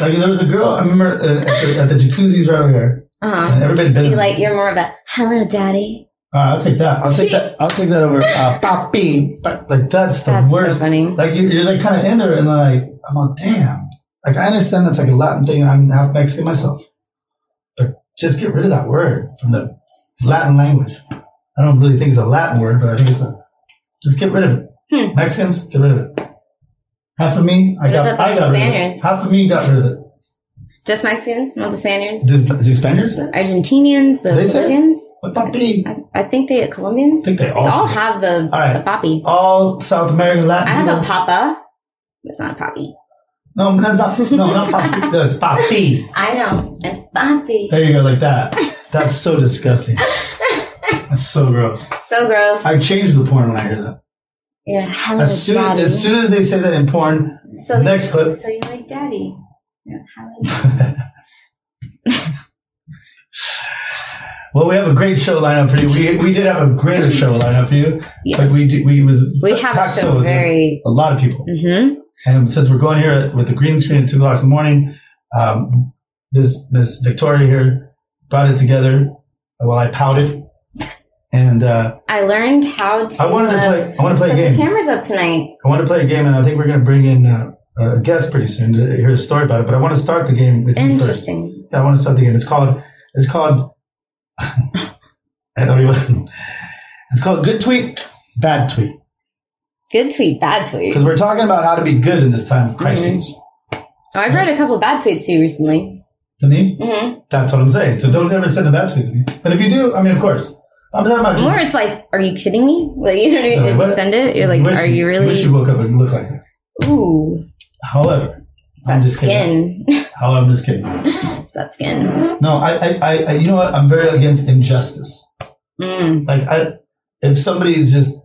S6: Like there was a girl I remember uh, at, the, at the jacuzzis right over here,
S5: Uh-huh.
S6: and everybody been.
S5: You like you're more of a hello, daddy.
S6: All right, I'll take that. I'll take that. I'll take that over uh, papi. But like that's the
S5: That's
S6: worst.
S5: so funny.
S6: like you're, you're like kind of into it, and like I'm like damn. Like I understand that's like a Latin thing, and I'm half Mexican myself. But just get rid of that word from the Latin language. I don't really think it's a Latin word, but I think it's a. Just get rid of it.
S5: Hmm.
S6: Mexicans, get rid of it. Half of me, I
S5: What
S6: got,
S5: about
S6: I
S5: the
S6: got rid of it.
S5: Spaniards?
S6: Half of me got rid of it.
S5: Just Mexicans, not the Spaniards,
S6: The, the Spaniards?
S5: the Argentinians, the
S6: They say-
S5: Bolivians.
S6: What papi?
S5: I, I think they Colombians.
S6: I think they
S5: They
S6: all
S5: all
S6: say-
S5: have the
S6: All right.
S5: the poppy.
S6: All South American Latin.
S5: I have
S6: people-
S5: a papa. It's not a poppy.
S6: No, no, not,
S5: (laughs)
S6: no, not papi. No, it's papi.
S5: I know it's poppy.
S6: There you go, like that. That's so disgusting. That's so gross.
S5: So gross.
S6: I change the porn when I hear that.
S5: you're a hell of a
S6: As soon
S5: daddy.
S6: as, soon as they say that in porn, (laughs)
S5: so
S6: next
S5: you,
S6: clip.
S5: So you like daddy? You're a hell of a-
S6: well, we have a great show lineup for you. We, we did have a greater show lineup for you.
S5: Yes.
S6: Like we do, we was
S5: we have
S6: packed
S5: a
S6: full
S5: show
S6: with
S5: very.
S6: a lot of people.
S5: Mm-hmm.
S6: And since we're going here with the green screen at two o'clock in the morning, um, Miss Miss Victoria here brought it together while I pouted, and uh,
S5: I learned how to.
S6: I wanted to
S5: uh,
S6: play. I want to play
S5: set
S6: a
S5: the
S6: game.
S5: cameras up tonight.
S6: I want to play a game, and I think we're going to bring in uh, a guest pretty soon to hear a story about it. But I want to start the game with you first.
S5: Interesting.
S6: I want to start the game. It's called. It's called. (laughs) I don't even. It's called good tweet, bad tweet.
S5: Good tweet, bad tweet.
S6: Because
S5: Oh,
S6: we're talking about how to be good in this time of crises.
S5: Mm-hmm. Oh, I've read a couple bad tweets too recently.
S6: To me,
S5: hmm
S6: That's what I'm saying. So don't ever send a bad tweet to me. But if you do, I mean, of course. I'm talking about just.
S5: Or it's like, are you kidding me? Like, you know what I mean?
S6: Uh,
S5: if
S6: what?
S5: you send it, you're like,
S6: Wish
S5: are you really?
S6: Wish you woke up and looked like this.
S5: Ooh,
S6: However,
S5: it's
S6: I'm
S5: that
S6: just kidding.
S5: skin. (laughs)
S6: However, I'm just kidding.
S5: it's that skin.
S6: No, I, I, I, I, you know what? I'm very against injustice.
S5: Mm.
S6: Like, I, if somebody is just,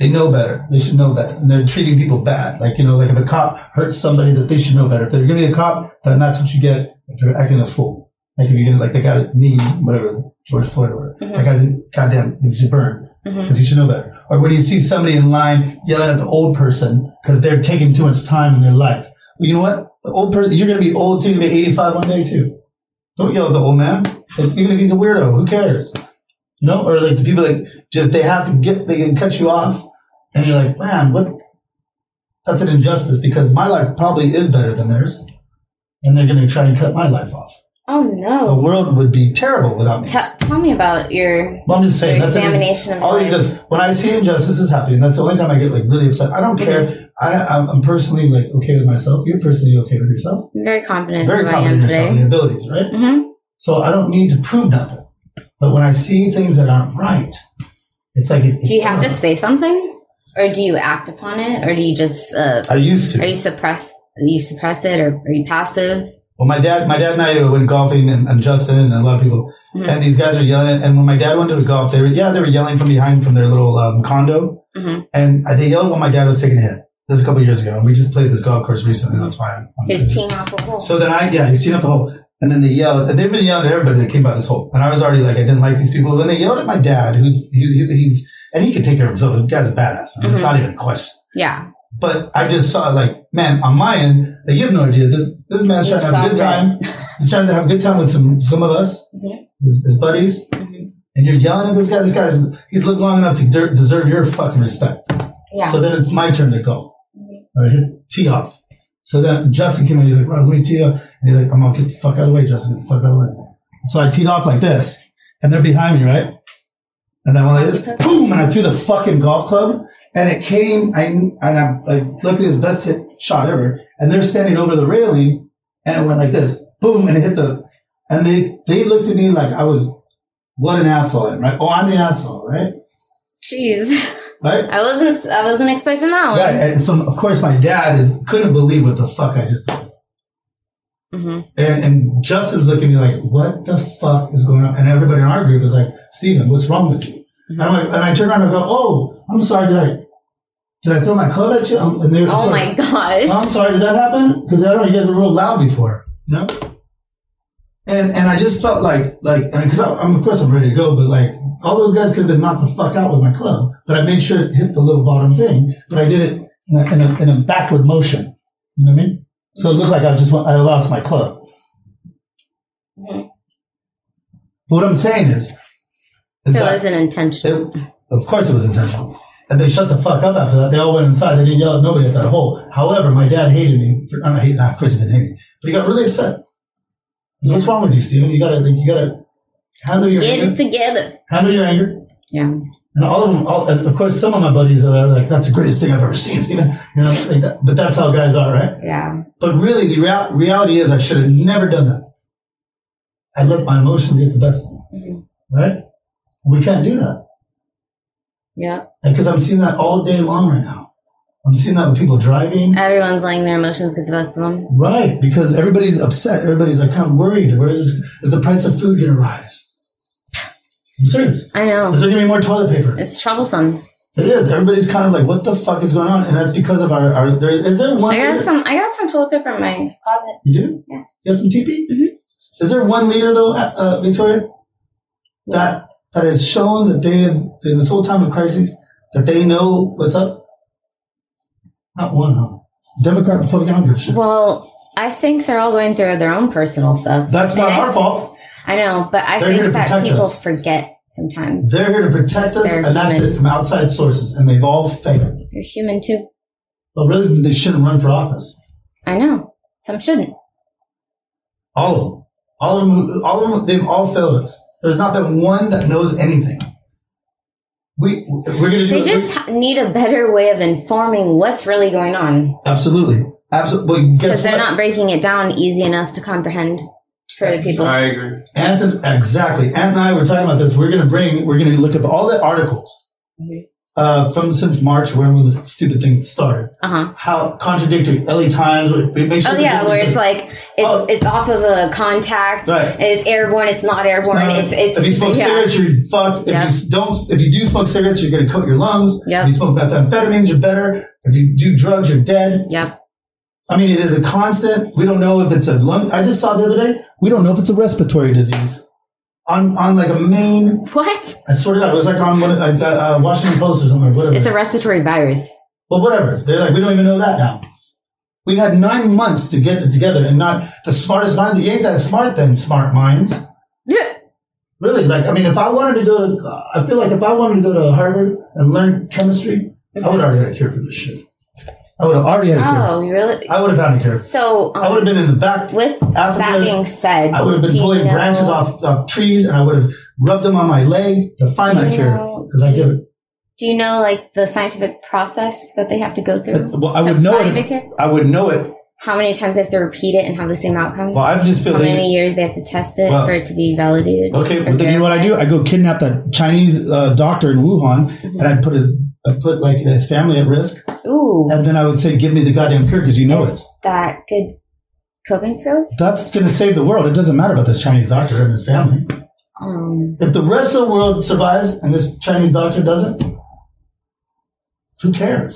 S6: they know better. They should know better, and they're treating people bad. Like, you know, like if a cop hurts somebody, that they should know better. If they're going to be a cop, then that's what you get. If you're acting a fool, like if you're gonna, like the guy that knee whatever George Floyd or
S5: Mhm.
S6: that guy's in, goddamn, he should burn.
S5: hmm
S6: because you should know better. Or when you see somebody in line yelling at the old person because they're taking too much time in their life. Well, you know what? The old person, you're going to be old too. You're going to be 85 one day too. Don't yell at the old man. Like, even if he's a weirdo, who cares? You know, or like the people that just they have to get they can cut you off, and you're like, man, what? That's an injustice because my life probably is better than theirs, and they're going to try and cut my life off.
S5: Oh
S6: The
S5: no.
S6: world would be terrible without me.
S5: Tell tell me about your
S6: Well, I'm just saying.
S5: Your
S6: That's
S5: examination of
S6: all
S5: life.
S6: these. Just, when I see injustices happening, that's the only time I get like really upset. I don't care. I, I'm I'm personally like okay with myself. You're personally okay with yourself.
S5: I'm very confident in
S6: Very
S5: who I am
S6: confident in yourself and
S5: today.
S6: your abilities, right?
S5: hmm
S6: So I don't need to prove nothing. But when I see things that aren't right, it's like. It,
S5: Do you have to say something, or do you act upon it, or do you just uh,
S6: I used to.
S5: are you suppress you suppress it, or are you passive?
S6: Well, my dad, my dad and I went golfing, and, and Justin and a lot of people,
S5: Mhm.
S6: and these guys were yelling. And when my dad went to the golf, they were yeah, they were yelling from behind from their little um, condo,
S5: Mhm.
S6: and uh, they yelled when my dad was taking a hit. This was a couple years ago, and we just played this golf course recently. That's why I'm. I'm
S5: His team off a hole.
S6: So then I yeah, he's seen up the hole, and then they yelled. And they've been yelling at everybody that came by this hole, and I was already like I didn't like these people. When they yelled at my dad, who's he, he- he's and he could take care of himself. The guy's a badass. I mean, It's
S5: Mhm.
S6: not even a question.
S5: yeah,
S6: But I just saw like, man, on my end, like you have no idea. This this man's
S5: You
S6: trying to have a good
S5: saw
S6: time. He's trying to have a good time with some some of us,
S5: Mhm.
S6: his, his buddies.
S5: Mhm.
S6: And you're yelling at this guy. This guy's he's lived long enough to der- deserve your fucking respect.
S5: yeah.
S6: So then it's my turn to go or hit tee off. So then Justin came in. He's like, "Well, let me tee off," and he's like, "I'm gonna get the fuck out of the way, Justin. Get the fuck out of the way." So I teed off like this, and they're behind me, right? And then when I just boom, and I threw the fucking golf club, and it came. I and I, I looked at his best hit shot ever, and they're standing over the railing, and it went like this, boom, and it hit the. And they they looked at me like I was what an asshole, I am, right? Oh, I'm the asshole, right?
S5: Jeez,
S6: Right?
S5: I wasn't I wasn't expecting that one.
S6: Right. And so of course my dad is couldn't believe what the fuck I just did.
S5: hmm
S6: And, and Justin's looking at me like, what the fuck is going on? And everybody in our group is like, Steven, what's wrong with you? And I'm like, and I turn around and go, oh, I'm sorry, did I, did I throw my club at you? Um, And they were
S5: Oh my
S6: like,
S5: gosh.
S6: I'm sorry, did that happen? Because I don't know, you guys were real loud before, you know? And, and I just felt like, like, because I'm, of course I'm ready to go, but like, all those guys could have been knocked the fuck out with my club, but I made sure it hit the little bottom thing, but I did it in a, in a, in a backward motion. You know what I mean? So it looked like I just, went- I lost my club.
S5: Mhm.
S6: But what I'm saying is, is
S5: so it
S6: that-
S5: wasn't intentional.
S6: it, of course it was intentional. And they shut the fuck up after that. They all went inside. They didn't yell at nobody at that hole. However, my dad hated me. For, I don't hate, nah, of course he didn't hate me. But he got really upset. So what's wrong with you, Steven? You gotta, you gotta handle your
S5: Get it
S6: anger.
S5: together.
S6: Handle your anger.
S5: Yeah.
S6: And all of them, all, and of course, some of my buddies are like, that's the greatest thing I've ever seen, (laughs) Steven. You know, like that. But that's how guys are, right?
S5: Yeah.
S6: But really, the rea- reality is I should have never done that. I let my emotions get the best of me,
S5: Mhm.
S6: right? We can't do that.
S5: Yeah.
S6: Because I'm seeing that all day long right now. I'm seeing that with people driving.
S5: Everyone's letting their emotions get the best of them.
S6: Right, because everybody's upset. Everybody's like kind of worried. Where is this, is the price of food going to rise? I'm serious. Is
S5: I know.
S6: there going to be more toilet paper?
S5: It's troublesome.
S6: It is. Everybody's kind of like, what the fuck is going on? And that's because of our. our there, is there one?
S5: I got
S6: leader-
S5: some. I got some toilet paper in my closet.
S6: You do?
S5: Yeah.
S6: You have some TP?
S5: Mm-hmm.
S6: Is there one leader though, uh, uh, Victoria, that that has shown that they have during this whole time of crisis that they know what's up? Not one. Huh? Democrat, Republican, I don't give a shit.
S5: Well, I think they're all going through their own personal stuff.
S6: That's not
S5: And I-
S6: our fault.
S5: I know, but I
S6: They're here to
S5: think that
S6: protect
S5: people
S6: us.
S5: forget sometimes.
S6: They're here to protect us,
S5: They're
S6: and that's
S5: human.
S6: it from outside sources, and they've all failed.
S5: You're human too.
S6: But really, they shouldn't run for office.
S5: I know. Some shouldn't.
S6: All of them. All of them. All of them. They've all failed us. There's not been one that knows anything. We we're gonna do.
S5: They
S6: it-
S5: just ha- need a better way of informing what's really going on
S6: absolutely, absolutely. But
S5: because
S6: guess
S5: they're
S6: what?
S5: not breaking it down easy enough to comprehend for the people.
S7: I agree.
S6: Anton, exactly. Ant and I were talking about this. We're going to bring, we're going to look up all the articles
S5: Mhm.
S6: uh, from since March when this stupid thing started.
S5: Uh huh.
S6: How contradictory. LA Times, we, we make sure.
S5: Oh
S6: that
S5: yeah,
S6: they-
S5: where it's like it's
S6: Oh.
S5: it's off of a contact.
S6: Right.
S5: and It's airborne. It's not airborne.
S6: Uh,
S5: It's it's,
S6: if you smoke
S5: yeah.
S6: cigarettes, you're fucked. If
S5: Yeah.
S6: you s- don't, if you do smoke cigarettes, you're going to coat your lungs.
S5: Yep.
S6: If you smoke methamphetamines, you're better. If you do drugs, you're dead.
S5: Yep.
S6: I mean, it is a constant. We don't know if it's a lung. I just saw the other day. We don't know if it's a respiratory disease. On on like a main
S5: What?
S6: I swear to God, it was like on one of- uh, uh, Washington Post or somewhere, whatever.
S5: It's a respiratory virus.
S6: well, whatever. They're like, we don't even know that now. We had nine months to get it together and not the smartest minds. You ain't that smart then, smart minds. Really, like, I mean, if I wanted to go to, I feel like if I wanted to go to Harvard and learn chemistry, I would already had a cure for this shit. I would have already had a
S5: (laughs)
S6: cure.
S5: Oh, really?
S6: I would have found a cure.
S5: So,
S6: I would
S5: um,
S6: have been in the back.
S5: with that
S6: Africa,
S5: being said,
S6: I would have been
S5: do you
S6: pulling
S5: know-
S6: branches off, off trees and I would have rubbed them on my leg to find
S5: Do
S6: that
S5: you
S6: cure
S5: know-
S6: because I give it.
S5: Do you know like the scientific process that they have to go through?
S6: Uh, Well, I
S5: to
S6: would know
S5: find
S6: it.
S5: a cure?
S6: I would know it.
S5: How many times they have to repeat it and have the same outcome?
S6: Well, I just feel
S5: How
S6: like.
S5: many years they have to test it
S6: Well,
S5: for it to be validated?
S6: Okay,
S5: or
S6: well, then you know what I do? I go kidnap that Chinese uh, doctor in Wuhan,
S5: Mm-hmm.
S6: and I'd put a, I'd put like his family at risk,
S5: verified? Ooh,
S6: and then I would say, "Give me the goddamn cure," because you know it.
S5: that good coping skills.
S6: That's going to save the world. It doesn't matter about this Chinese doctor and his family.
S5: Um,
S6: If the rest of the world survives and this Chinese doctor doesn't, who cares?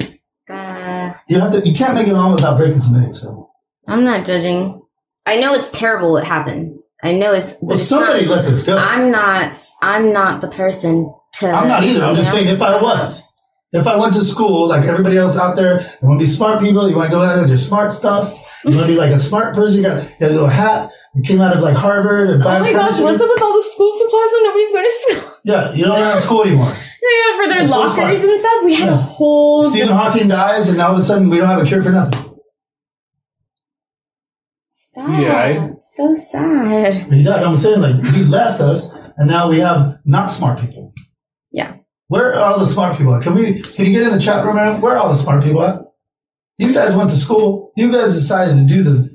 S5: uh,
S6: You have to. You can't make it on without breaking some eggs. Phil.
S5: I'm not judging. I know it's terrible what happened. I know it's. but
S6: Well,
S5: it's
S6: somebody
S5: not-
S6: let this go. I'm,
S5: I'm not. I'm not the person to.
S6: not either. I'm
S5: you know?
S6: just saying, if I was. If I went to school like everybody else out there, you want to be smart people. You want to go out with your smart stuff. You want to be like a smart person. You got, you got a little hat. You came out of like Harvard and
S5: Oh my gosh!
S6: biochemistry.
S5: What's up with all the school supplies when nobody's going to school? (laughs)
S6: yeah, you don't go to school anymore.
S5: Yeah, for their
S6: That's so smart.
S5: lockers and stuff. We had
S6: Yeah.
S5: a whole.
S6: Stephen
S5: dis-
S6: Hawking dies, and all of a sudden we don't have a cure for nothing.
S5: Stop.
S7: Yeah, I-
S5: So sad.
S6: He died. I'm saying like he left us, and now we have not smart people.
S5: Yeah.
S6: Where are all the smart people? at? Can we? Can you get in the chat room? Aaron? Where are all the smart people at? You guys went to school. You guys decided to do this.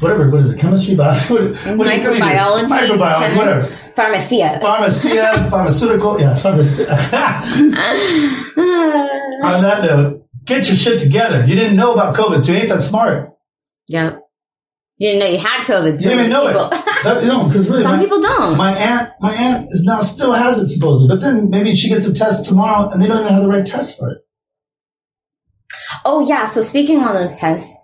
S6: Whatever. What is it? Chemistry, biology, (laughs) what, what do you- what do you do?
S5: Microbiology,
S6: microbiology,
S5: chemist-
S6: whatever.
S5: Pharmacia. (laughs)
S6: Pharmacia, pharmaceutical. Yeah. Pharmacia. (laughs) On that note, get your shit together. You didn't know about COVID, so you ain't that smart.
S5: (sighs) yep. You didn't know you had COVID.
S6: You didn't even know (laughs)
S5: people-
S6: it. That, you know, because really,
S5: Some
S6: my-
S5: people don't.
S6: My aunt, my aunt is now still has it supposedly, but then maybe she gets a test tomorrow, and they don't even have the right test for it.
S5: oh yeah. So speaking on those tests,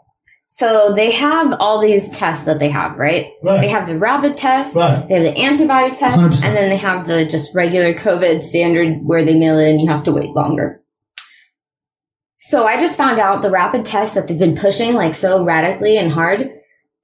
S5: so they have all these tests that they have, right?
S6: Right.
S5: They have the rapid test.
S6: Right.
S5: They have the antibodies test,
S6: 100%.
S5: and then they have the just regular COVID standard where they mail it and you have to wait longer. So I just found out the rapid tests that they've been pushing like so radically and hard.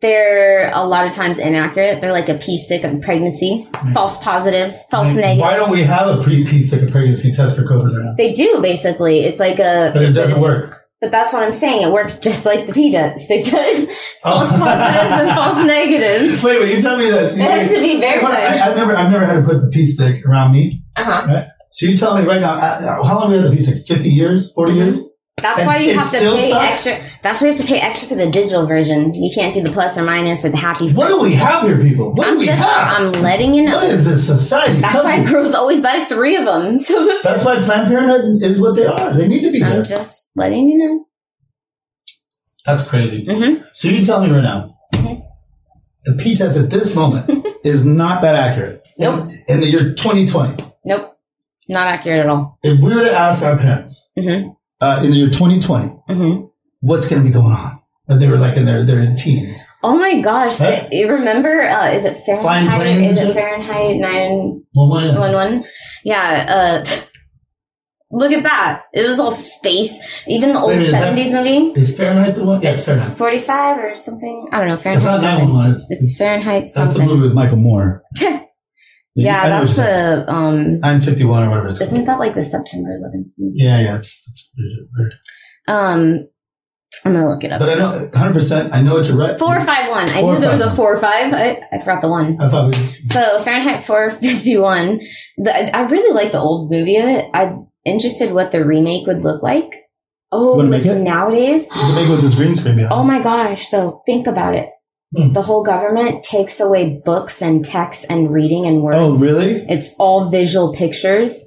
S5: They're a lot of times inaccurate. They're like a pee stick of pregnancy, false positives, false negatives.
S6: Mm. Why don't we have a pre pee sick pregnancy test for COVID right now?
S5: They do basically. It's like a.
S6: But it doesn't
S5: it's-
S6: work.
S5: But that's what I'm saying. It works just like the pee do- stick does. It's
S6: (laughs) Oh.
S5: false positives and false
S6: (laughs)
S5: negatives.
S6: Wait, wait, you tell me that.
S5: It has to be
S6: Hold on, I,
S5: verified.
S6: have never, I've never had to put the pee stick around me.
S5: Uh huh.
S6: So you tell me right now, uh, uh, how long we had the pee stick? Fifty years, 40
S5: Mm-hmm.
S6: years?
S5: That's
S6: And
S5: why you
S6: it
S5: have to
S6: still
S5: pay
S6: sucks?
S5: extra. That's why you have to pay extra for the digital version. You can't do the plus or minus or the happy.
S6: What do we have here, people? What
S5: I'm
S6: do we
S5: just,
S6: have?
S5: I'm letting you
S6: what
S5: know.
S6: is this society?
S5: That's
S6: coming?
S5: why girls always buy three of them. (laughs) So
S6: That's why Planned Parenthood is what they are. They need to be
S5: I'm
S6: there.
S5: just letting you
S6: That's crazy.
S5: know. hmm
S6: So you tell me right now,
S5: Mm-hmm.
S6: the P test at
S5: (laughs)
S6: this moment is not that accurate.
S5: Nope.
S6: In, in the year 2020,
S5: Nope, not accurate at all.
S6: if we were to ask our parents
S5: Mhm.
S6: uh, in the year 2020,
S5: hmm
S6: what's going to be going on? And they were like in their their teens.
S5: Oh my gosh!
S6: Huh?
S5: You remember? Uh, is it
S6: Flying
S5: Fahrenheit?
S6: planes
S5: Is
S6: and
S5: it
S6: shit?
S5: Fahrenheit nine
S6: Well, why not?
S5: one one? Yeah. Uh, look at that! It was all space. Even the
S6: Wait a
S5: old
S6: minute, is that-
S5: seventies movie.
S6: Is Fahrenheit the one? Yeah, it's
S5: It's
S6: Fahrenheit.
S5: 45 or something. I don't know.
S6: It's
S5: Fahrenheit.
S6: not that
S5: something.
S6: one. It's,
S5: It's
S6: it's,
S5: Fahrenheit
S6: that's a movie
S5: something.
S6: with
S5: (laughs)
S6: Michael Moore.
S5: yeah, that's the um.
S6: I'm 51 or whatever it's called.
S5: Isn't that like the September 11th? movie?
S6: Yeah, yeah, it's, it's weird, weird.
S5: Um, I'm gonna look it
S6: But I
S5: up.
S6: know 100. percent I know what you're right.
S5: Four five one. I
S6: Four
S5: knew there was
S6: five.
S5: a four five. I, I forgot the one.
S6: I thought we.
S5: So Fahrenheit (laughs) 451. The, I I really like the old movie of it. I'm interested what the remake would look like. Oh,
S6: wanna
S5: like
S6: make it?
S5: nowadays.
S6: You can make it with this green screen behind.
S5: Oh
S6: us.
S5: my gosh, so think about it.
S6: Hmm.
S5: The whole government takes away books and texts and reading and words.
S6: Oh really?
S5: It's all visual pictures.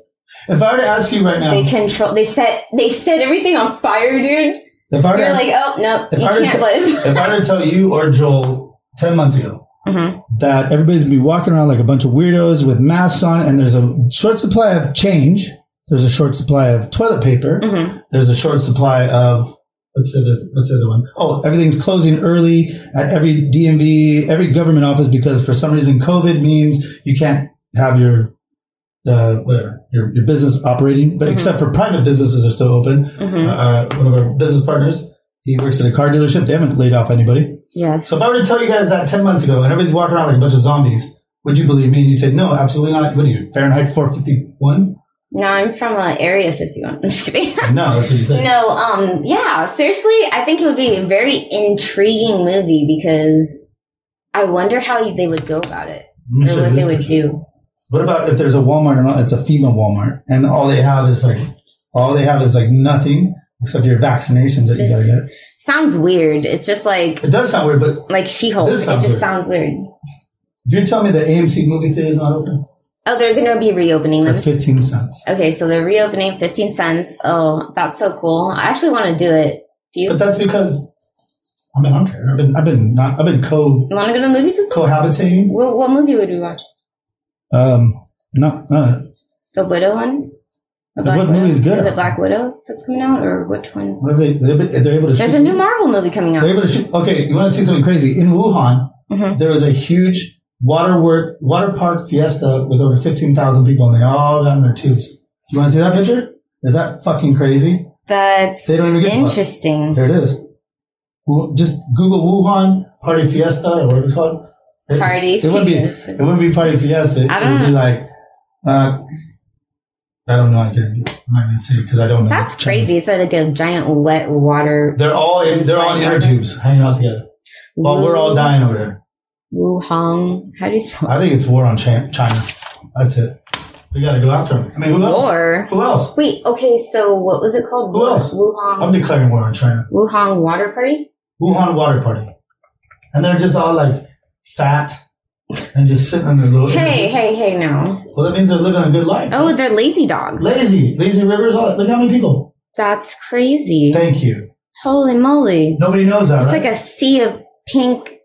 S6: If I were to ask you right now,
S5: They control they set they set everything on fire, dude.
S6: if I were to
S5: You're
S6: ask,
S5: like, oh no,
S6: if
S5: you
S6: I were
S5: can't
S6: to-
S5: live. (laughs)
S6: if I were to tell you or Joel ten months ago
S5: Mhm.
S6: that everybody's gonna be walking around like a bunch of weirdos with masks on, and there's a short supply of change, there's a short supply of toilet paper,
S5: Mhm.
S6: there's a short supply of what's the other, what's the other one? Oh, everything's closing early at every DMV, every government office because for some reason COVID means you can't have your uh, whatever your, your business operating, but except for private businesses are still open.
S5: Mhm.
S6: Uh, one of our business partners He works at a car dealership. They haven't laid off anybody.
S5: Yes.
S6: So if I were to tell you guys that 10 months ago and everybody's walking around like a bunch of zombies, would you believe me? And you said, no, absolutely not. What are you,
S5: (laughs)
S6: Fahrenheit 451?
S5: no, I'm from uh, Area 51. (laughs) I'm just kidding.
S6: No, that's what you said.
S5: no, um, yeah, seriously, I think it would be a very intriguing movie because I wonder how they would go about it
S6: I'm gonna
S5: or
S6: show
S5: what
S6: you
S5: they
S6: this
S5: would
S6: picture.
S5: do.
S6: What about if there's a Walmart and all- it's a female Walmart and all they have is like, all they have is like nothing except your vaccinations that you gotta get.
S5: Sounds weird. It's just like
S6: It does sound weird, but
S5: like She-Hulk. It just
S6: This sounds weird.
S5: sounds weird.
S6: if you're telling me the AMC movie theater is not open
S5: Oh, they're gonna be reopening
S6: for
S5: them.
S6: 15 cents,
S5: Okay, so they're reopening 15 cents. Oh, that's so cool. I actually want to do it. Do you
S6: but that's because I mean, I don't care. I've been, I've been not, I've been co
S5: want to go to the movies? With me?
S6: cohabitating.
S5: What, what movie would we watch?
S6: Um, no, no,
S5: The Widow one? The
S6: What
S5: Widow?
S6: movie is good?
S5: Is it Black Widow that's coming out, or which one?
S6: what if they, they're, they're able to
S5: There's
S6: shoot-
S5: a new Marvel movie coming out.
S6: They're able to shoot. Okay, you want to see something crazy? In Wuhan,
S5: Mhm.
S6: there was a huge water work, water park fiesta with over 15,000 people, and they all got in their tubes. You want to see that picture? Is that fucking crazy?
S5: That's
S6: They don't even get the fuck.
S5: interesting.
S6: There it is. Wu- Just Google Wuhan party fiesta or whatever it's called. It-
S5: Party
S6: It wouldn't be. It wouldn't be party fiesta. It,
S5: I don't
S6: would be
S5: know.
S6: like. Uh, I don't know. I can't. I'm not gonna say because I don't know.
S5: That's
S6: China.
S5: crazy. It's like a giant wet water.
S6: They're all in, they're all in inner tubes hanging out together. Well, we're all dying over there.
S5: Wuhan. How do you spell
S6: I think it's war on Chi- China. That's it. We got to go after them. I mean, who else?
S5: War?
S6: Who else?
S5: Wait, okay, so what was it called?
S6: Who else? I'm
S5: Wuhan.
S6: declaring war on China.
S5: Wuhan Water Party?
S6: Wuhan Water Party. And they're just all like fat and just sitting on their little.
S5: Hey, hey, hey, no.
S6: Well, that means they're living a good life.
S5: Oh, they're lazy dog.
S6: Lazy. Lazy rivers. All that. Look how many people.
S5: That's crazy.
S6: Thank you.
S5: Holy moly.
S6: Nobody knows that,
S5: It's
S6: right?
S5: like a sea of pink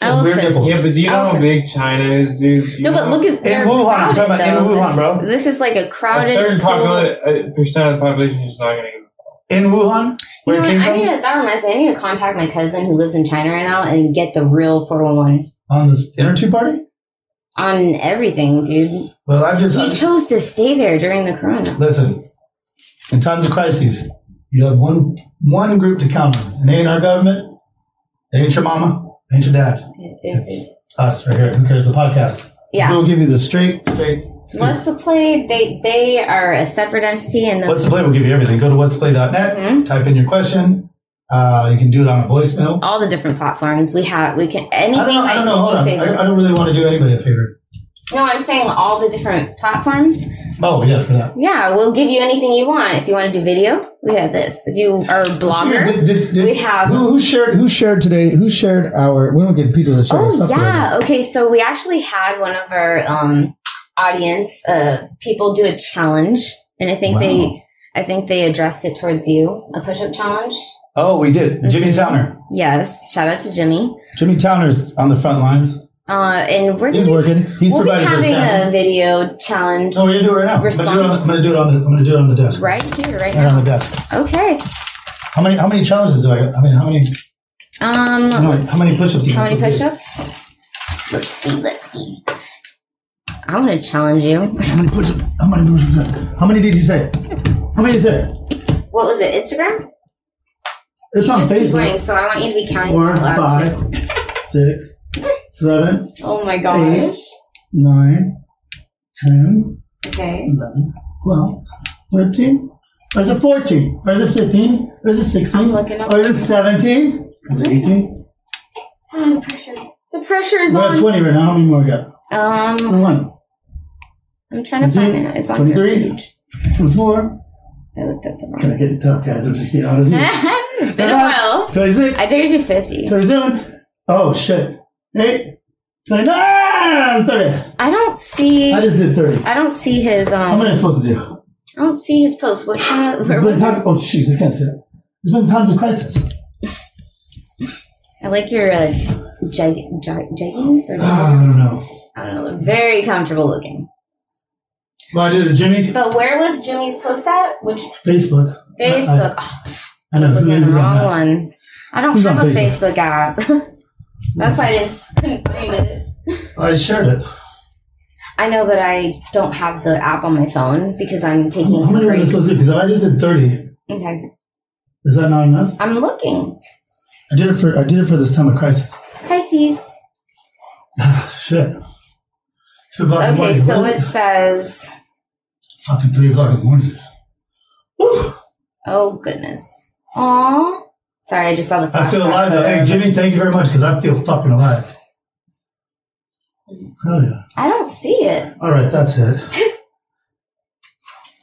S6: And weird
S5: elephants.
S6: nipples.
S7: Yeah, but do you know how
S5: Elephant.
S7: big China is, dude? Do you
S5: No, but
S7: know-
S5: look at they're
S6: Wuhan, I'm talking
S5: crowded,
S6: about in
S5: though.
S6: Wuhan,
S5: this,
S6: bro.
S5: This is like a
S7: a
S5: crowded.
S7: certain
S5: cold-
S7: popula- uh, percent of the population is not going to.
S6: in Wuhan,
S5: You know
S6: where it
S5: what?
S6: came
S5: I
S6: from?
S5: need to, that reminds me. I need to contact my cousin who lives in China right now and get the real 411
S6: on this inner tube party?
S5: on everything, dude.
S6: Well, I've just.
S5: He chose to stay there during the corona.
S6: Listen, in times of crises, you have one one group to count on. It ain't our government. It ain't your mama. It ain't your dad. It's
S5: It's-
S6: us right here. Who cares the podcast?
S5: yeah.
S6: We'll give you the straight, straight. scoop.
S5: What's the play? They they are a separate entity and the,
S6: What's the play? We'll give you everything. Go to whatsplay.net.
S5: Mhm.
S6: Type in your question. Uh, you can do it on a voicemail.
S5: all the different platforms we have. We can
S6: I
S5: anything.
S6: don't know. I
S5: like
S6: don't know. Hold on.
S5: Facebook.
S6: I, I don't really want to do anybody a favor.
S5: no, I'm saying all the different platforms.
S6: Oh yeah, for that.
S5: Yeah, we'll give you anything you want. If you want to do video, we have this. If you are a blogger,
S6: Did- did- did-
S5: we have-
S6: who, who shared? Who shared today? Who shared our? We don't get people to share our
S5: oh
S6: stuff.
S5: yeah, okay. So we actually had one of our um, audience uh, people do a challenge, and I think they, I think they addressed it towards you, a push-up challenge.
S6: Oh, we did. Jimmy Towner.
S5: Yes, shout out to Jimmy.
S6: Jimmy Towner's on the front lines.
S5: Uh, and we're
S6: He's
S5: gonna-
S6: working. He's
S5: we'll be
S6: providing for his
S5: having a
S6: family.
S5: video challenge
S6: So we're gonna do it right now. I'm gonna do it, on the, I'm gonna do it on the. I'm gonna do it on the desk.
S5: right here, right
S6: Right
S5: now.
S6: on the desk.
S5: Okay.
S6: How many? How many challenges do I got? I mean, how many?
S5: Um,
S6: No,
S5: let's
S6: how many
S5: see.
S6: push-ups you
S5: How many
S6: have to do?
S5: push-ups? Let's see. Let's see. I want to challenge you.
S6: How many push How many push How many did you say? How many is it?
S5: What was it? Instagram?
S6: It's
S5: you
S6: on
S5: just keep going,
S6: Facebook.
S5: so I want you to be counting.
S6: Four,
S5: out loud, too.
S6: five, six, seven,
S5: Oh my gosh.
S6: nine, ten,
S5: Okay. (sighs)
S6: eleven, twelve, thirteen. Or is it fourteen? Or is it fifteen? Or is it sixteen?
S5: I'm looking up.
S6: Or is it seventeen? Is it eighteen?
S5: Oh, the pressure. The pressure is
S6: We're
S5: on.
S6: at twenty right now. How many more we got?
S5: um,
S6: Come on.
S5: I'm trying to find it. It's on your
S6: 23.
S5: page.
S6: Four.
S5: I looked at the wrong.
S6: Gonna get it tough, guys. I'm just getting honest. with you.
S5: (laughs) it's been a while.
S6: 26.
S5: I dared you 50.
S6: 27. Oh, shit. 8. 29. 30.
S5: I don't see.
S6: I
S5: I,
S6: just did 30.
S5: don't see his.
S6: How
S5: Um,
S6: many
S5: I
S6: am I supposed to do?
S5: don't see his post. What kind of? Where
S6: It's been
S5: was it?
S6: time- oh, jeez. I can't see it. There's been tons of crisis.
S5: I like your uh, jag- jag- jeggings or
S6: Ah, I don't know.
S5: I don't know. They're very comfortable looking.
S6: Well, I did a Jimmy.
S5: But where was Jimmy's post at? Which
S6: Facebook.
S5: Facebook?
S6: I,
S5: oh,
S6: I, I know.
S5: looking at the
S6: Who was Uh, on
S5: wrong
S6: that?
S5: one. I don't
S6: Who's
S5: have
S6: on
S5: a
S6: Facebook?
S5: Facebook app. (laughs) That's why I didn't, couldn't find it.
S6: I shared it.
S5: I know, but I don't have the app on my phone because I'm taking
S6: How
S5: a
S6: many was I
S5: break.
S6: supposed to do? Because if I just did 30,
S5: Okay.
S6: Is that not enough?
S5: I'm looking.
S6: I did it for I did it for this time of crisis.
S5: Pisces.
S6: Shit. Two o'clock in
S5: Okay,
S6: the morning.
S5: so
S6: What is
S5: it says.
S6: fucking three o'clock in the morning. Woo!
S5: Oh goodness. Aw. Sorry, I just saw the.
S6: I feel
S5: flashback
S6: alive though.
S5: photo.
S6: Hey Jimmy, thank you very much because I feel fucking alive. Hell yeah!
S5: I don't see it.
S6: All right, that's it.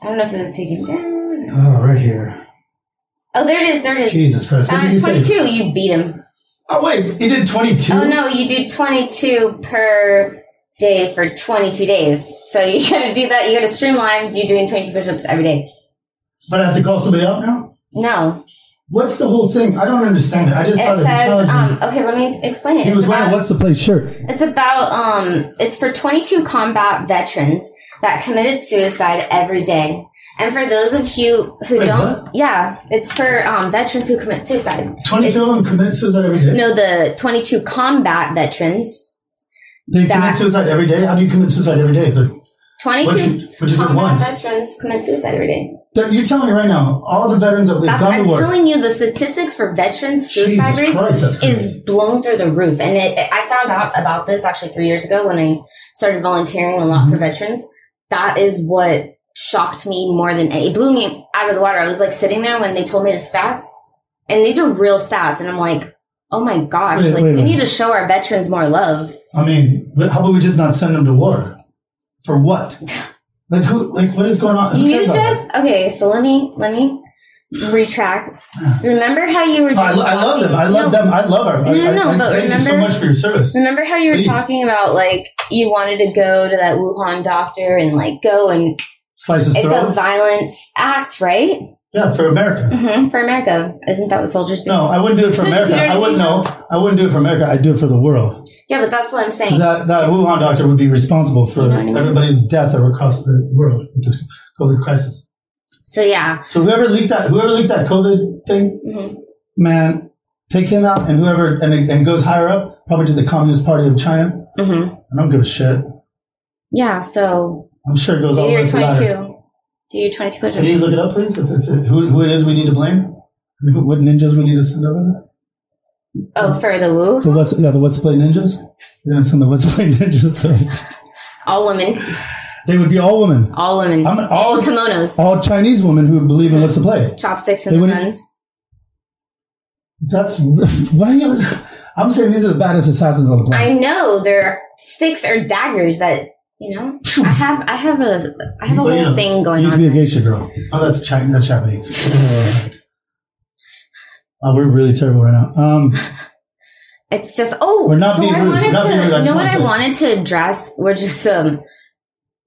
S5: I don't know if it was taken down. or-
S6: Oh, right here.
S5: Oh, there it is. There it is.
S6: Jesus Christ! What
S5: Uh,
S6: did he say?
S5: twenty-two. You beat him.
S6: Oh wait, he did twenty-two.
S5: Oh no, you do twenty-two per day for twenty-two days. So (laughs) you gotta do that. You gotta streamline. You're doing twenty-two push-ups every day.
S6: But I have to call somebody out now.
S5: No,
S6: What's the whole thing? I don't understand it. I just saw
S5: it
S6: the
S5: says.
S6: challenge.
S5: Um, okay, let me explain it.
S6: he
S5: It's
S6: was wearing a
S5: about-
S6: what's the place shirt.
S5: It's about um it's for 22 combat veterans that committed suicide every day. And for those of you who
S6: Wait,
S5: don't yeah, it's for um veterans who commit suicide.
S6: Twenty-two of them commit suicide every day.
S5: No, the 22 combat veterans.
S6: they commit
S5: that-
S6: suicide every day. How do you commit suicide every day? If they're- What
S5: 22
S6: you, what you did
S5: combat
S6: once.
S5: veterans commit suicide every day.
S6: That- You're telling me right now, all the veterans that we've
S5: That's,
S6: gone
S5: I'm
S6: to war.
S5: telling you, the statistics for veterans suicide
S6: Jesus
S5: rates
S6: Christ, that's
S5: is
S6: crazy.
S5: blown through the roof. And it, I found out about this actually three years ago when I started volunteering a lot
S6: Mm-hmm.
S5: for veterans. That is what shocked me more than it blew me out of the water. I was like sitting there when they told me the stats, and these are real stats, and I'm like, oh my gosh,
S6: Wait,
S5: like
S6: wait,
S5: we
S6: wait.
S5: need to show our veterans more love.
S6: I mean, wh- how about we just not send them to war? For what? Like who? Like what is going on? Who
S5: You
S6: cares about
S5: just okay. So let me let me retract. Remember how you were?
S6: that? Oh, I,
S5: Just
S6: lo- I love them. I love
S5: No,
S6: them. I love our. I,
S5: No, no, no,
S6: I, I
S5: but
S6: thank you so
S5: remember-
S6: much for your service.
S5: Remember how you were
S6: Please.
S5: talking about like you wanted to go to that Wuhan doctor and like go and
S6: Slice his
S5: it's a
S6: throat.
S5: violence act, right?
S6: yeah, for America.
S5: hmm For America, isn't that what soldiers do?
S6: No, I wouldn't do it for
S5: (laughs) You
S6: America.
S5: already
S6: I wouldn't know.
S5: know.
S6: I wouldn't do it for America. I'd do it for the world.
S5: Yeah, but that's what I'm
S6: 'Cause
S5: saying.
S6: That that Wuhan doctor would be responsible for
S5: You know what I mean?
S6: everybody's death across the world with this COVID crisis.
S5: so yeah,
S6: So whoever leaked that, whoever leaked that COVID thing,
S5: hmm
S6: man, take him out and whoever and, and goes higher up, probably to the Communist Party of China.
S5: hmm
S6: I don't give a shit.
S5: yeah. So
S6: I'm sure it goes
S5: do
S6: all the way
S5: your
S6: to the ladder.
S5: 22. Do your 22
S6: Can you
S5: push-ups.
S6: look it up, please? If, if, if- who, who it is we need to blame? And who, what ninjas we need to send over there?
S5: Oh, for the woo,
S6: The what's yeah the what's play ninjas? We're gonna send the what's play (laughs) ninjas. over.
S5: all women,
S6: they would be all women,
S5: all women,
S6: I'm an- all-
S5: And kimonos,
S6: all Chinese women who believe in what's the play.
S5: chopsticks,
S6: They
S5: and the
S6: wouldn't-
S5: guns.
S6: That's (laughs) why you- I'm saying these are the baddest assassins on the
S5: I
S6: planet.
S5: know there are sticks or daggers that you know. I have, I have a, I have a
S6: Well,
S5: whole
S6: you know,
S5: thing
S6: I
S5: going
S6: Oh, used
S5: on.
S6: to be a
S5: there.
S6: geisha girl. Oh, that's Chinese. That's Japanese. wow, Uh, we're really terrible right now. Um,
S5: It's just oh,
S6: We're not
S5: so
S6: being
S5: I
S6: rude.
S5: wanted
S6: We're not
S5: to
S6: being rude. I just
S5: know what
S6: wanna
S5: I
S6: say-
S5: wanted to address. We're just um,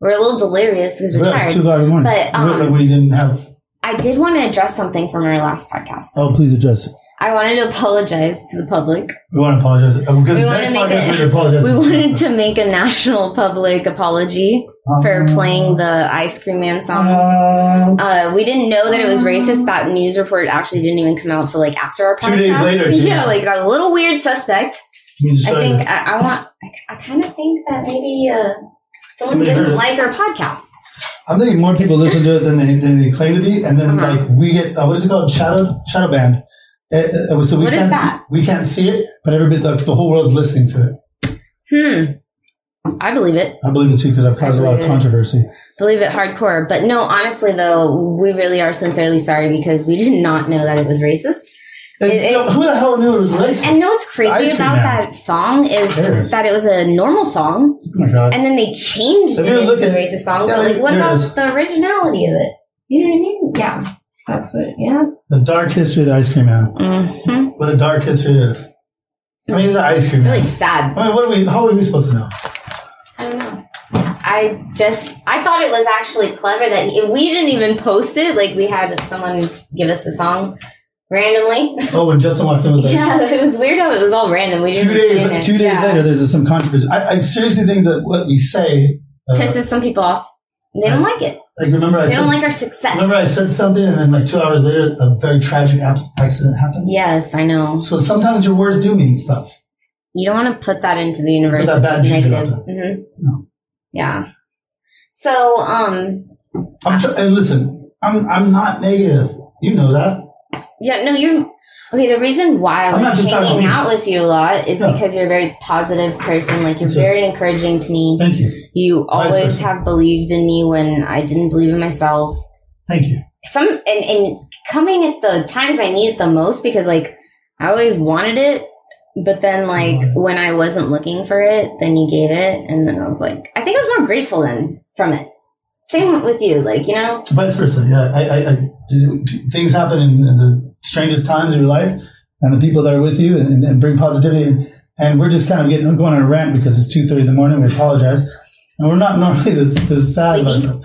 S5: we're a little delirious because we're
S6: Well, it's two
S5: tired.
S6: o'clock in the morning.
S5: But,
S6: Wait,
S5: um,
S6: wait, we didn't have.
S5: I did want to address something from our last podcast.
S6: Oh, please address. it.
S5: I wanted to apologize to the public.
S6: We want to apologize Uh, because
S5: We
S6: the
S5: wanna
S6: next
S5: make
S6: podcast
S5: it-
S6: we
S5: (laughs)
S6: apologize.
S5: We wanted to make a national public apology for playing the Ice Cream Man song.
S6: Um,
S5: Uh, we didn't know that it was racist. That news report actually didn't even come out till like after our podcast.
S6: Two days
S5: (laughs)
S6: later, it came
S5: yeah,
S6: out.
S5: like a little weird suspect.
S6: you just
S5: I
S6: started-
S5: think I, I want. I, I kind of think that maybe uh, someone
S6: Somebody heard it.
S5: didn't like our podcast.
S6: I'm thinking more people listen to it than they, than they claim to be, and then
S5: Uh-huh.
S6: like we get uh, what is it called shadow shadow banned. Uh, uh, so we
S5: What is
S6: can't
S5: that?
S6: we can't see it, but everybody like, the whole world's listening to it.
S5: Hmm. I believe it.
S6: I believe it too because I've caused a lot of
S5: believe it.
S6: controversy.
S5: Believe it hardcore. But no, honestly, though, we really are sincerely sorry because we (laughs) did not know that it was racist.
S6: And,
S5: It-
S6: no,
S5: it-
S6: who the hell knew it was racist?
S5: And no, what's
S6: Ice
S5: crazy
S6: cream
S5: about
S6: man.
S5: that song is
S6: Who cares?
S5: that it was a normal song
S6: oh my god!
S5: and then they changed it
S6: If you
S5: into
S6: look
S5: a
S6: at-
S5: racist song.
S6: yeah,
S5: but like, what
S6: there it
S5: about
S6: is.
S5: the originality of it? You know what I mean? Yeah. That's what, yeah.
S6: the dark history of the ice cream man.
S5: hmm
S6: What a dark history it is. I mean, it's an ice cream
S5: Really
S6: man.
S5: sad.
S6: I mean, what are we? How are we supposed to know?
S5: I don't know. I just I thought it was actually clever that he- we didn't even post it. Like we had someone give us the song randomly. (laughs)
S6: Oh, when Justin walked in with us.
S5: yeah, it was weirdo. It was all random. We didn't
S6: Two
S5: even plan
S6: days,
S5: it.
S6: two days
S5: Yeah.
S6: later, there's some controversy. I, I seriously think that what we say, uh,
S5: pisses some people off. They don't like it.
S6: like remember I
S5: They
S6: said,
S5: don't like our success.
S6: remember I said something, and then like two hours later, a very tragic abs- accident happened.
S5: Yes, I know.
S6: So sometimes your words do mean stuff.
S5: You don't want to put that into the universe.
S6: Put that bad
S5: It's
S6: juju out
S5: negative. hmm
S6: No.
S5: Yeah. So, um,
S6: I'm tr- hey, listen, I'm I'm not negative. You know that.
S5: Yeah, no, you're okay. The reason why I
S6: I'm not
S5: like
S6: just talking
S5: hanging
S6: about
S5: out with you a lot is
S6: No.
S5: because you're a very positive person. Like you're
S6: It's just-
S5: very encouraging to me.
S6: Thank you.
S5: You
S6: Vice
S5: always
S6: versa.
S5: have believed in me when I didn't believe in myself.
S6: Thank you.
S5: Some and, and coming at the times I need it the most because like I always wanted it, but then like
S6: Mm-hmm.
S5: when I wasn't looking for it, then you gave it, and then I was like, I think I was more grateful then from it. Same with you, like you know,
S6: Vice versa. Yeah, I, I, I things happen in, in the strangest times of your life, and the people that are with you and, and bring positivity. And we're just kind of getting going on a rant because it's two thirty in the morning. We apologize, and we're not normally this this sad about
S5: Sleepy.
S6: stuff.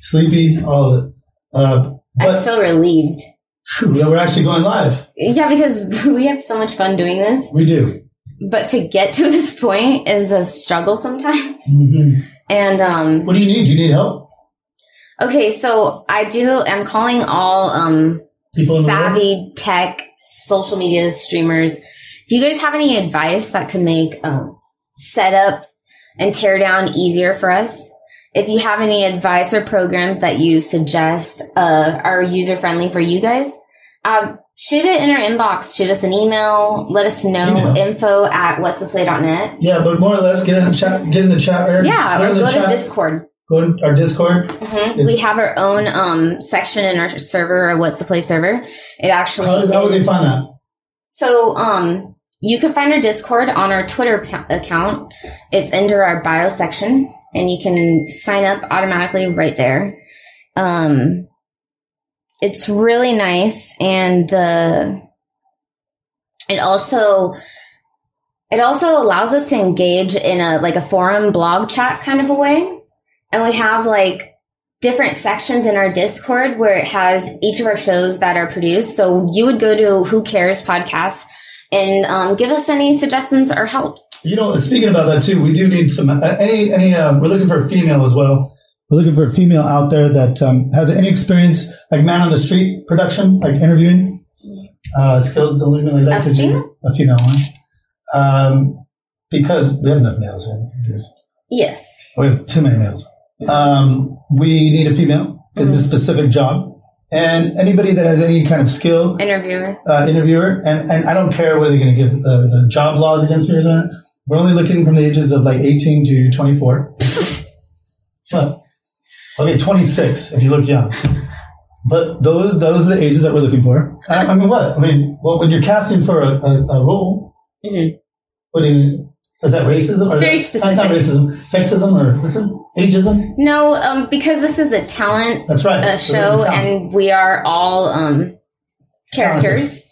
S6: Sleepy, all of it. Uh,
S5: I
S6: but
S5: feel relieved.
S6: phew, that we're actually going live.
S5: Yeah, because (laughs) we have so much fun doing this.
S6: We do.
S5: But to get to this point is a struggle sometimes. (laughs)
S6: Mhm.
S5: And um
S6: What do you need? Do you need help?
S5: okay, so I do I'm calling all um
S6: People in the world?
S5: savvy tech social media streamers. If you guys have any advice that could make um, setup and tear down easier for us, if you have any advice or programs that you suggest uh, are user friendly for you guys, um, shoot it in our inbox. Shoot us an email. Let us know
S6: Email.
S5: info at what's the play dot net.
S6: Yeah, but more or less, get in the chat. Get in the chat. Aaron.
S5: Yeah,
S6: Get
S5: or
S6: in the
S5: go
S6: chat.
S5: to Discord.
S6: Go to our Discord.
S5: hmm We
S6: It's-
S5: have our own um, section in our server, or What's the Play server. It actually
S6: How, how would they
S5: is-
S6: find that?
S5: So, um, you can find our Discord on our Twitter pa- account. It's under our bio section, and you can sign up automatically right there. Um, it's really nice, and uh, it also it also allows us to engage in a like a forum blog chat kind of a way, and we have like different sections in our Discord where it has each of our shows that are produced. So you would go to Who Cares podcast and um, give us any suggestions or helps.
S6: You know, speaking about that too, we do need some uh, any any. Um, we're looking for a female as well. We're looking for a female out there that um, has any experience, like man on the street production, like interviewing uh, skills. Don't leave me like that.
S5: A
S6: 'cause you-
S5: female?
S6: A female one. Um, because we have enough males here.
S5: Yes.
S6: Oh, We have too many males. Um, we need a female in this specific job, and anybody that has any kind of skill,
S5: Interviewer.
S6: uh, interviewer, and, and I don't care whether they're going to give the, the job laws against me or something. We're only looking from the ages of like 18 to (laughs) 24. but, okay, 26 if you look young. But those those are the ages that we're looking for. I, I mean, what? I mean, well, when you're casting for a, a, a role,
S5: Mhm.
S6: what do you, is that racism? Or
S5: Very
S6: is that- uh, Not
S5: specific.
S6: racism, sexism, or what's it? Ageism?
S5: No, um, because this is a talent
S6: That's right.
S5: uh,
S6: So we're
S5: show
S6: in town.
S5: and we are all um, characters.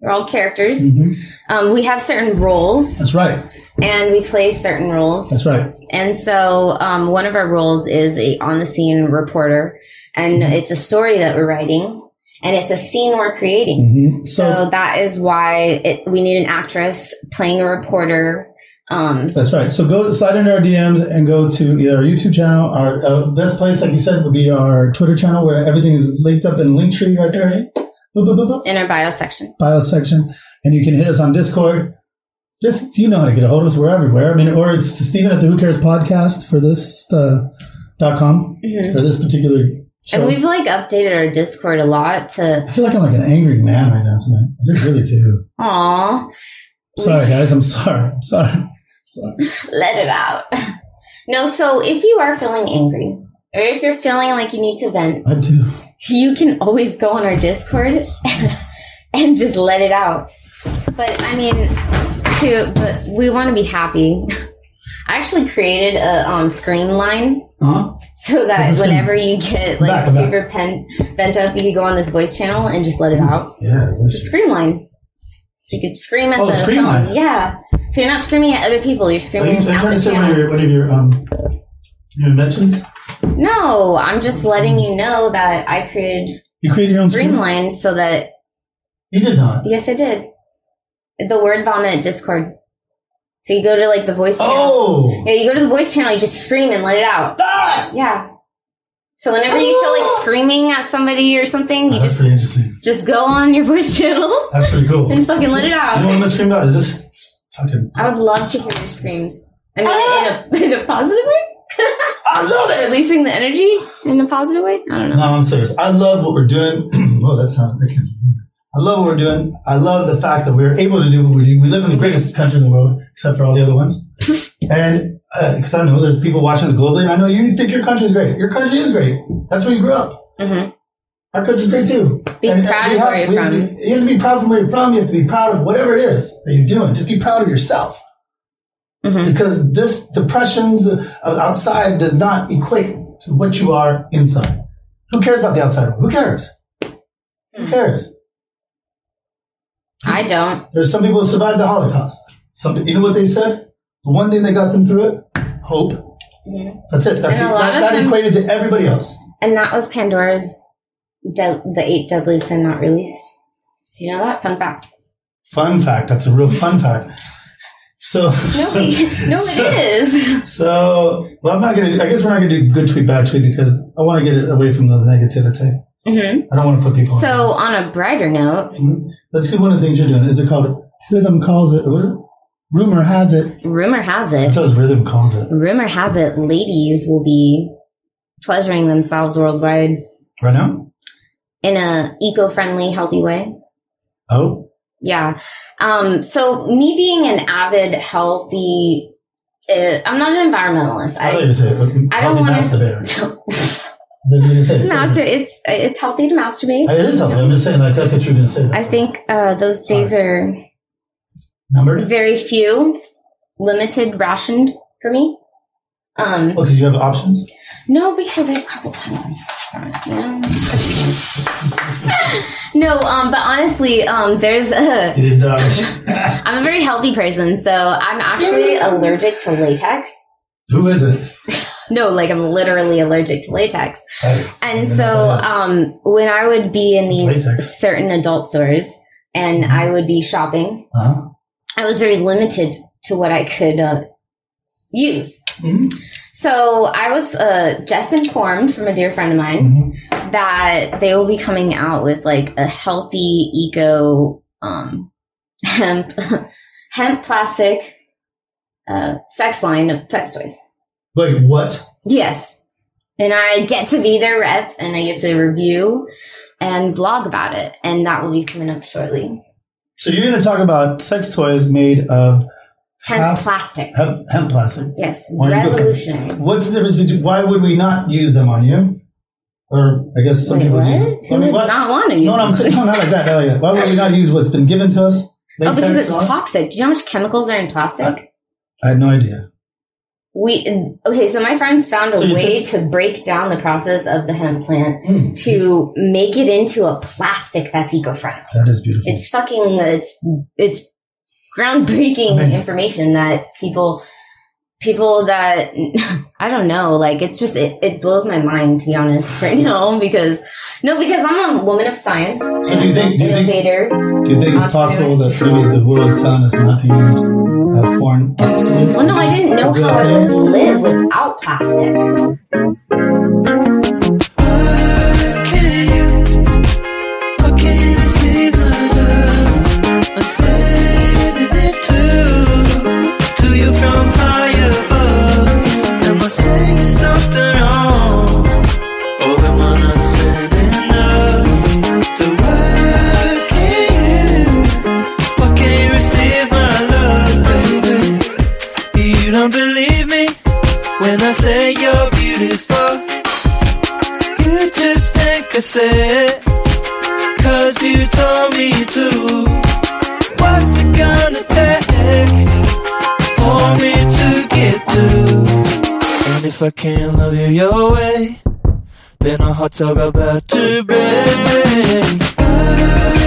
S5: We're all characters.
S6: Mhm.
S5: Um, we have certain roles
S6: That's right.
S5: and we play certain roles.
S6: That's right.
S5: And so, um, one of our roles is a on the scene reporter, and it's a story that we're writing, and it's a scene we're creating.
S6: hmm
S5: So, that is why it, we need an actress playing a reporter. Um,
S6: That's right. So go slide into our DMs and go to either our YouTube channel. Our uh, best place, like you said, would be our Twitter channel where everything is linked up in Linktree right there. Right? Boop, boop, boop, boop.
S5: in our bio section.
S6: Bio section, and you can hit us on Discord. Just you know how to get a hold of us. We're everywhere. I mean, or it's Stephen at the Who Cares podcast for this uh, dot com
S5: Mhm.
S6: for this particular
S5: And
S6: show.
S5: we've like updated our Discord a lot to
S6: I feel like I'm like an angry man right now tonight. I just really do.
S5: aw,
S6: Sorry, guys. I'm sorry. I'm sorry. I'm sorry.
S5: let it out. (laughs) no, so if you are feeling angry, or if you're feeling like you need to vent,
S6: I do.
S5: you can always go on our Discord (laughs) and just let it out. But I mean, to but we want to be happy. I actually created a um, scream line
S6: Uh-huh.
S5: so
S6: That's
S5: that
S6: good.
S5: whenever you get like
S6: Back, back.
S5: super pen, bent up, you could go on this voice channel and just let it out.
S6: Yeah. that's-
S5: Just scream line. So you could scream at
S6: Oh,
S5: the
S6: scream
S5: phone.
S6: line.
S5: Yeah. So you're not screaming at other people. You're
S6: Are
S5: screaming
S6: you
S5: at
S6: trying to
S5: the
S6: say one of
S5: channel.
S6: your one of your um your inventions?
S5: No, I'm just letting you know that I created
S6: You created your own
S5: scream
S6: screen?
S5: line so that
S6: You did not.
S5: Yes, I did. The word vomit Discord. So you go to like the voice channel.
S6: Oh,
S5: Yeah, you go to the voice channel, you just scream and let it out. Yeah. So whenever you feel
S6: (gasps)
S5: like screaming at somebody or something,
S6: Oh,
S5: you
S6: that's
S5: just
S6: pretty interesting.
S5: just go on your voice channel (laughs)
S6: That's pretty cool.
S5: and fucking let it
S6: You know
S5: out.
S6: what I'm scream about? Is this fucking?
S5: I would love to hear your screams. I mean,
S6: (laughs)
S5: in, a, in a positive way?
S6: I love it.
S5: Releasing the energy in a positive way? I don't
S6: No,
S5: know.
S6: (clears throat) I'm serious. I love what we're doing. oh, that sounds. I can't. I love what we're doing. I love the fact that we're able to do what we do. We live in the greatest country in the world, except for all the other ones. and because I know there's people watching us globally, and I know you think your country is great. Your country is great. That's where you grew up.
S5: Mhm.
S6: Our country's great too.
S5: Be
S6: And- and
S5: proud
S6: we
S5: of
S6: have
S5: where
S6: to-
S5: you're
S6: we have to
S5: from.
S6: be- you have to be proud of where you're from. You have to be proud of whatever it is that you're doing. Just be proud of yourself
S5: Mhm.
S6: because this depressions of outside does not equate to what you are inside. Who cares about the outside? Who cares?
S5: Hmm.
S6: Who cares?
S5: I don't.
S6: There's some people who survived the Holocaust. Some, you know what they said? The one thing that got them through it, hope. That's it. That's
S5: And a
S6: it.
S5: lot
S6: That,
S5: of
S6: that
S5: them-
S6: equated to everybody else.
S5: And that was Pandora's, de- the eight deadly sin not released. Do you know that? Fun fact.
S6: Fun fact. That's a real fun fact. So,
S5: No,
S6: (laughs) so,
S5: it- (laughs) no,
S6: so-
S5: it is. (laughs)
S6: So, well, I'm not gonna. I guess we're not gonna do good tweet, bad tweet because I want to get it away from the negativity.
S5: hmm
S6: I don't want to put people.
S5: So, um,
S6: on
S5: on a brighter note,
S6: Let's get one of the things you're doing. Is it called Rhythm Calls It? What is it? Rumor has it.
S5: rumor has
S6: It
S5: it,
S6: does Rhythm Calls It.
S5: rumor has it, ladies will be pleasuring themselves worldwide
S6: Right now?
S5: in a eco-friendly, healthy way.
S6: Oh.
S5: Yeah. Um, so me being an avid healthy, uh, I'm not an environmentalist.
S6: I, thought
S5: I, (laughs)
S6: you said it.
S5: I don't wanna-
S6: masturbator. That's what you said.
S5: master, it's it's healthy to masturbate.
S6: It is something. I'm just saying. Like, I thought you were going to say that.
S5: I think uh, those days are
S6: Numbered?
S5: very few, limited, rationed for me. Um,
S6: Well, because Oh, you have options.
S5: no, because I probably time. (laughs) No, um, but honestly, um, there's a.
S6: You did. Uh,
S5: (laughs) I'm a very healthy person, so I'm actually allergic to latex.
S6: who is it?
S5: No, like I'm literally allergic to latex.
S6: Hey,
S5: And
S6: you know
S5: so
S6: what it is.
S5: um, when I would be in these
S6: Latex. Mm-hmm.
S5: certain adult stores and I would be shopping,
S6: Uh-huh.
S5: I was very limited to what I could uh, use.
S6: Mhm.
S5: So I was uh, just informed from a dear friend of mine
S6: Mhm.
S5: that they will be coming out with like a healthy eco um, (laughs) hemp hemp plastic uh, sex line of sex toys.
S6: Wait, what?
S5: Yes. And I get to be their rep and I get to review and blog about it. And that will be coming up shortly.
S6: So you're going to talk about sex toys made of
S5: Hemp
S6: Half-
S5: plastic.
S6: hemp, hemp plastic.
S5: Yes.
S6: Why don't you go for-
S5: Revolutionary.
S6: What's the difference between? Why would we not use them on you? Or I guess some
S5: Wait,
S6: people
S5: what?
S6: use.
S5: You
S6: I mean,
S5: would
S6: what?
S5: not want to use
S6: No, no, I'm
S5: it.
S6: saying no, not like that. Not like that. Why would we not use what's been given to us?
S5: Oh, because
S6: Latex
S5: it's
S6: on?
S5: toxic. Do you know how much chemicals are in plastic?
S6: I had no idea.
S5: We okay, so my friends found a
S6: So you
S5: way to break down the process of the hemp plant
S6: Mm,
S5: to make it into a plastic that's eco-friendly.
S6: that is beautiful.
S5: it's fucking it's it's groundbreaking
S6: Amazing.
S5: information that people people that (laughs) i don't know like it's just it, it blows my mind to be honest right now because no because i'm a woman of science
S6: So do you think- do you think-
S5: innovator
S6: Do you think it's possible that maybe the world is telling us not to use uh, foreign obsolete?
S5: well no i didn't know how i would live without plastic
S8: You don't believe me when I say you're beautiful. You just think I said, cause you told me to. What's it gonna take for me to get through? And if I can't love you your way, then our hearts are about to break. I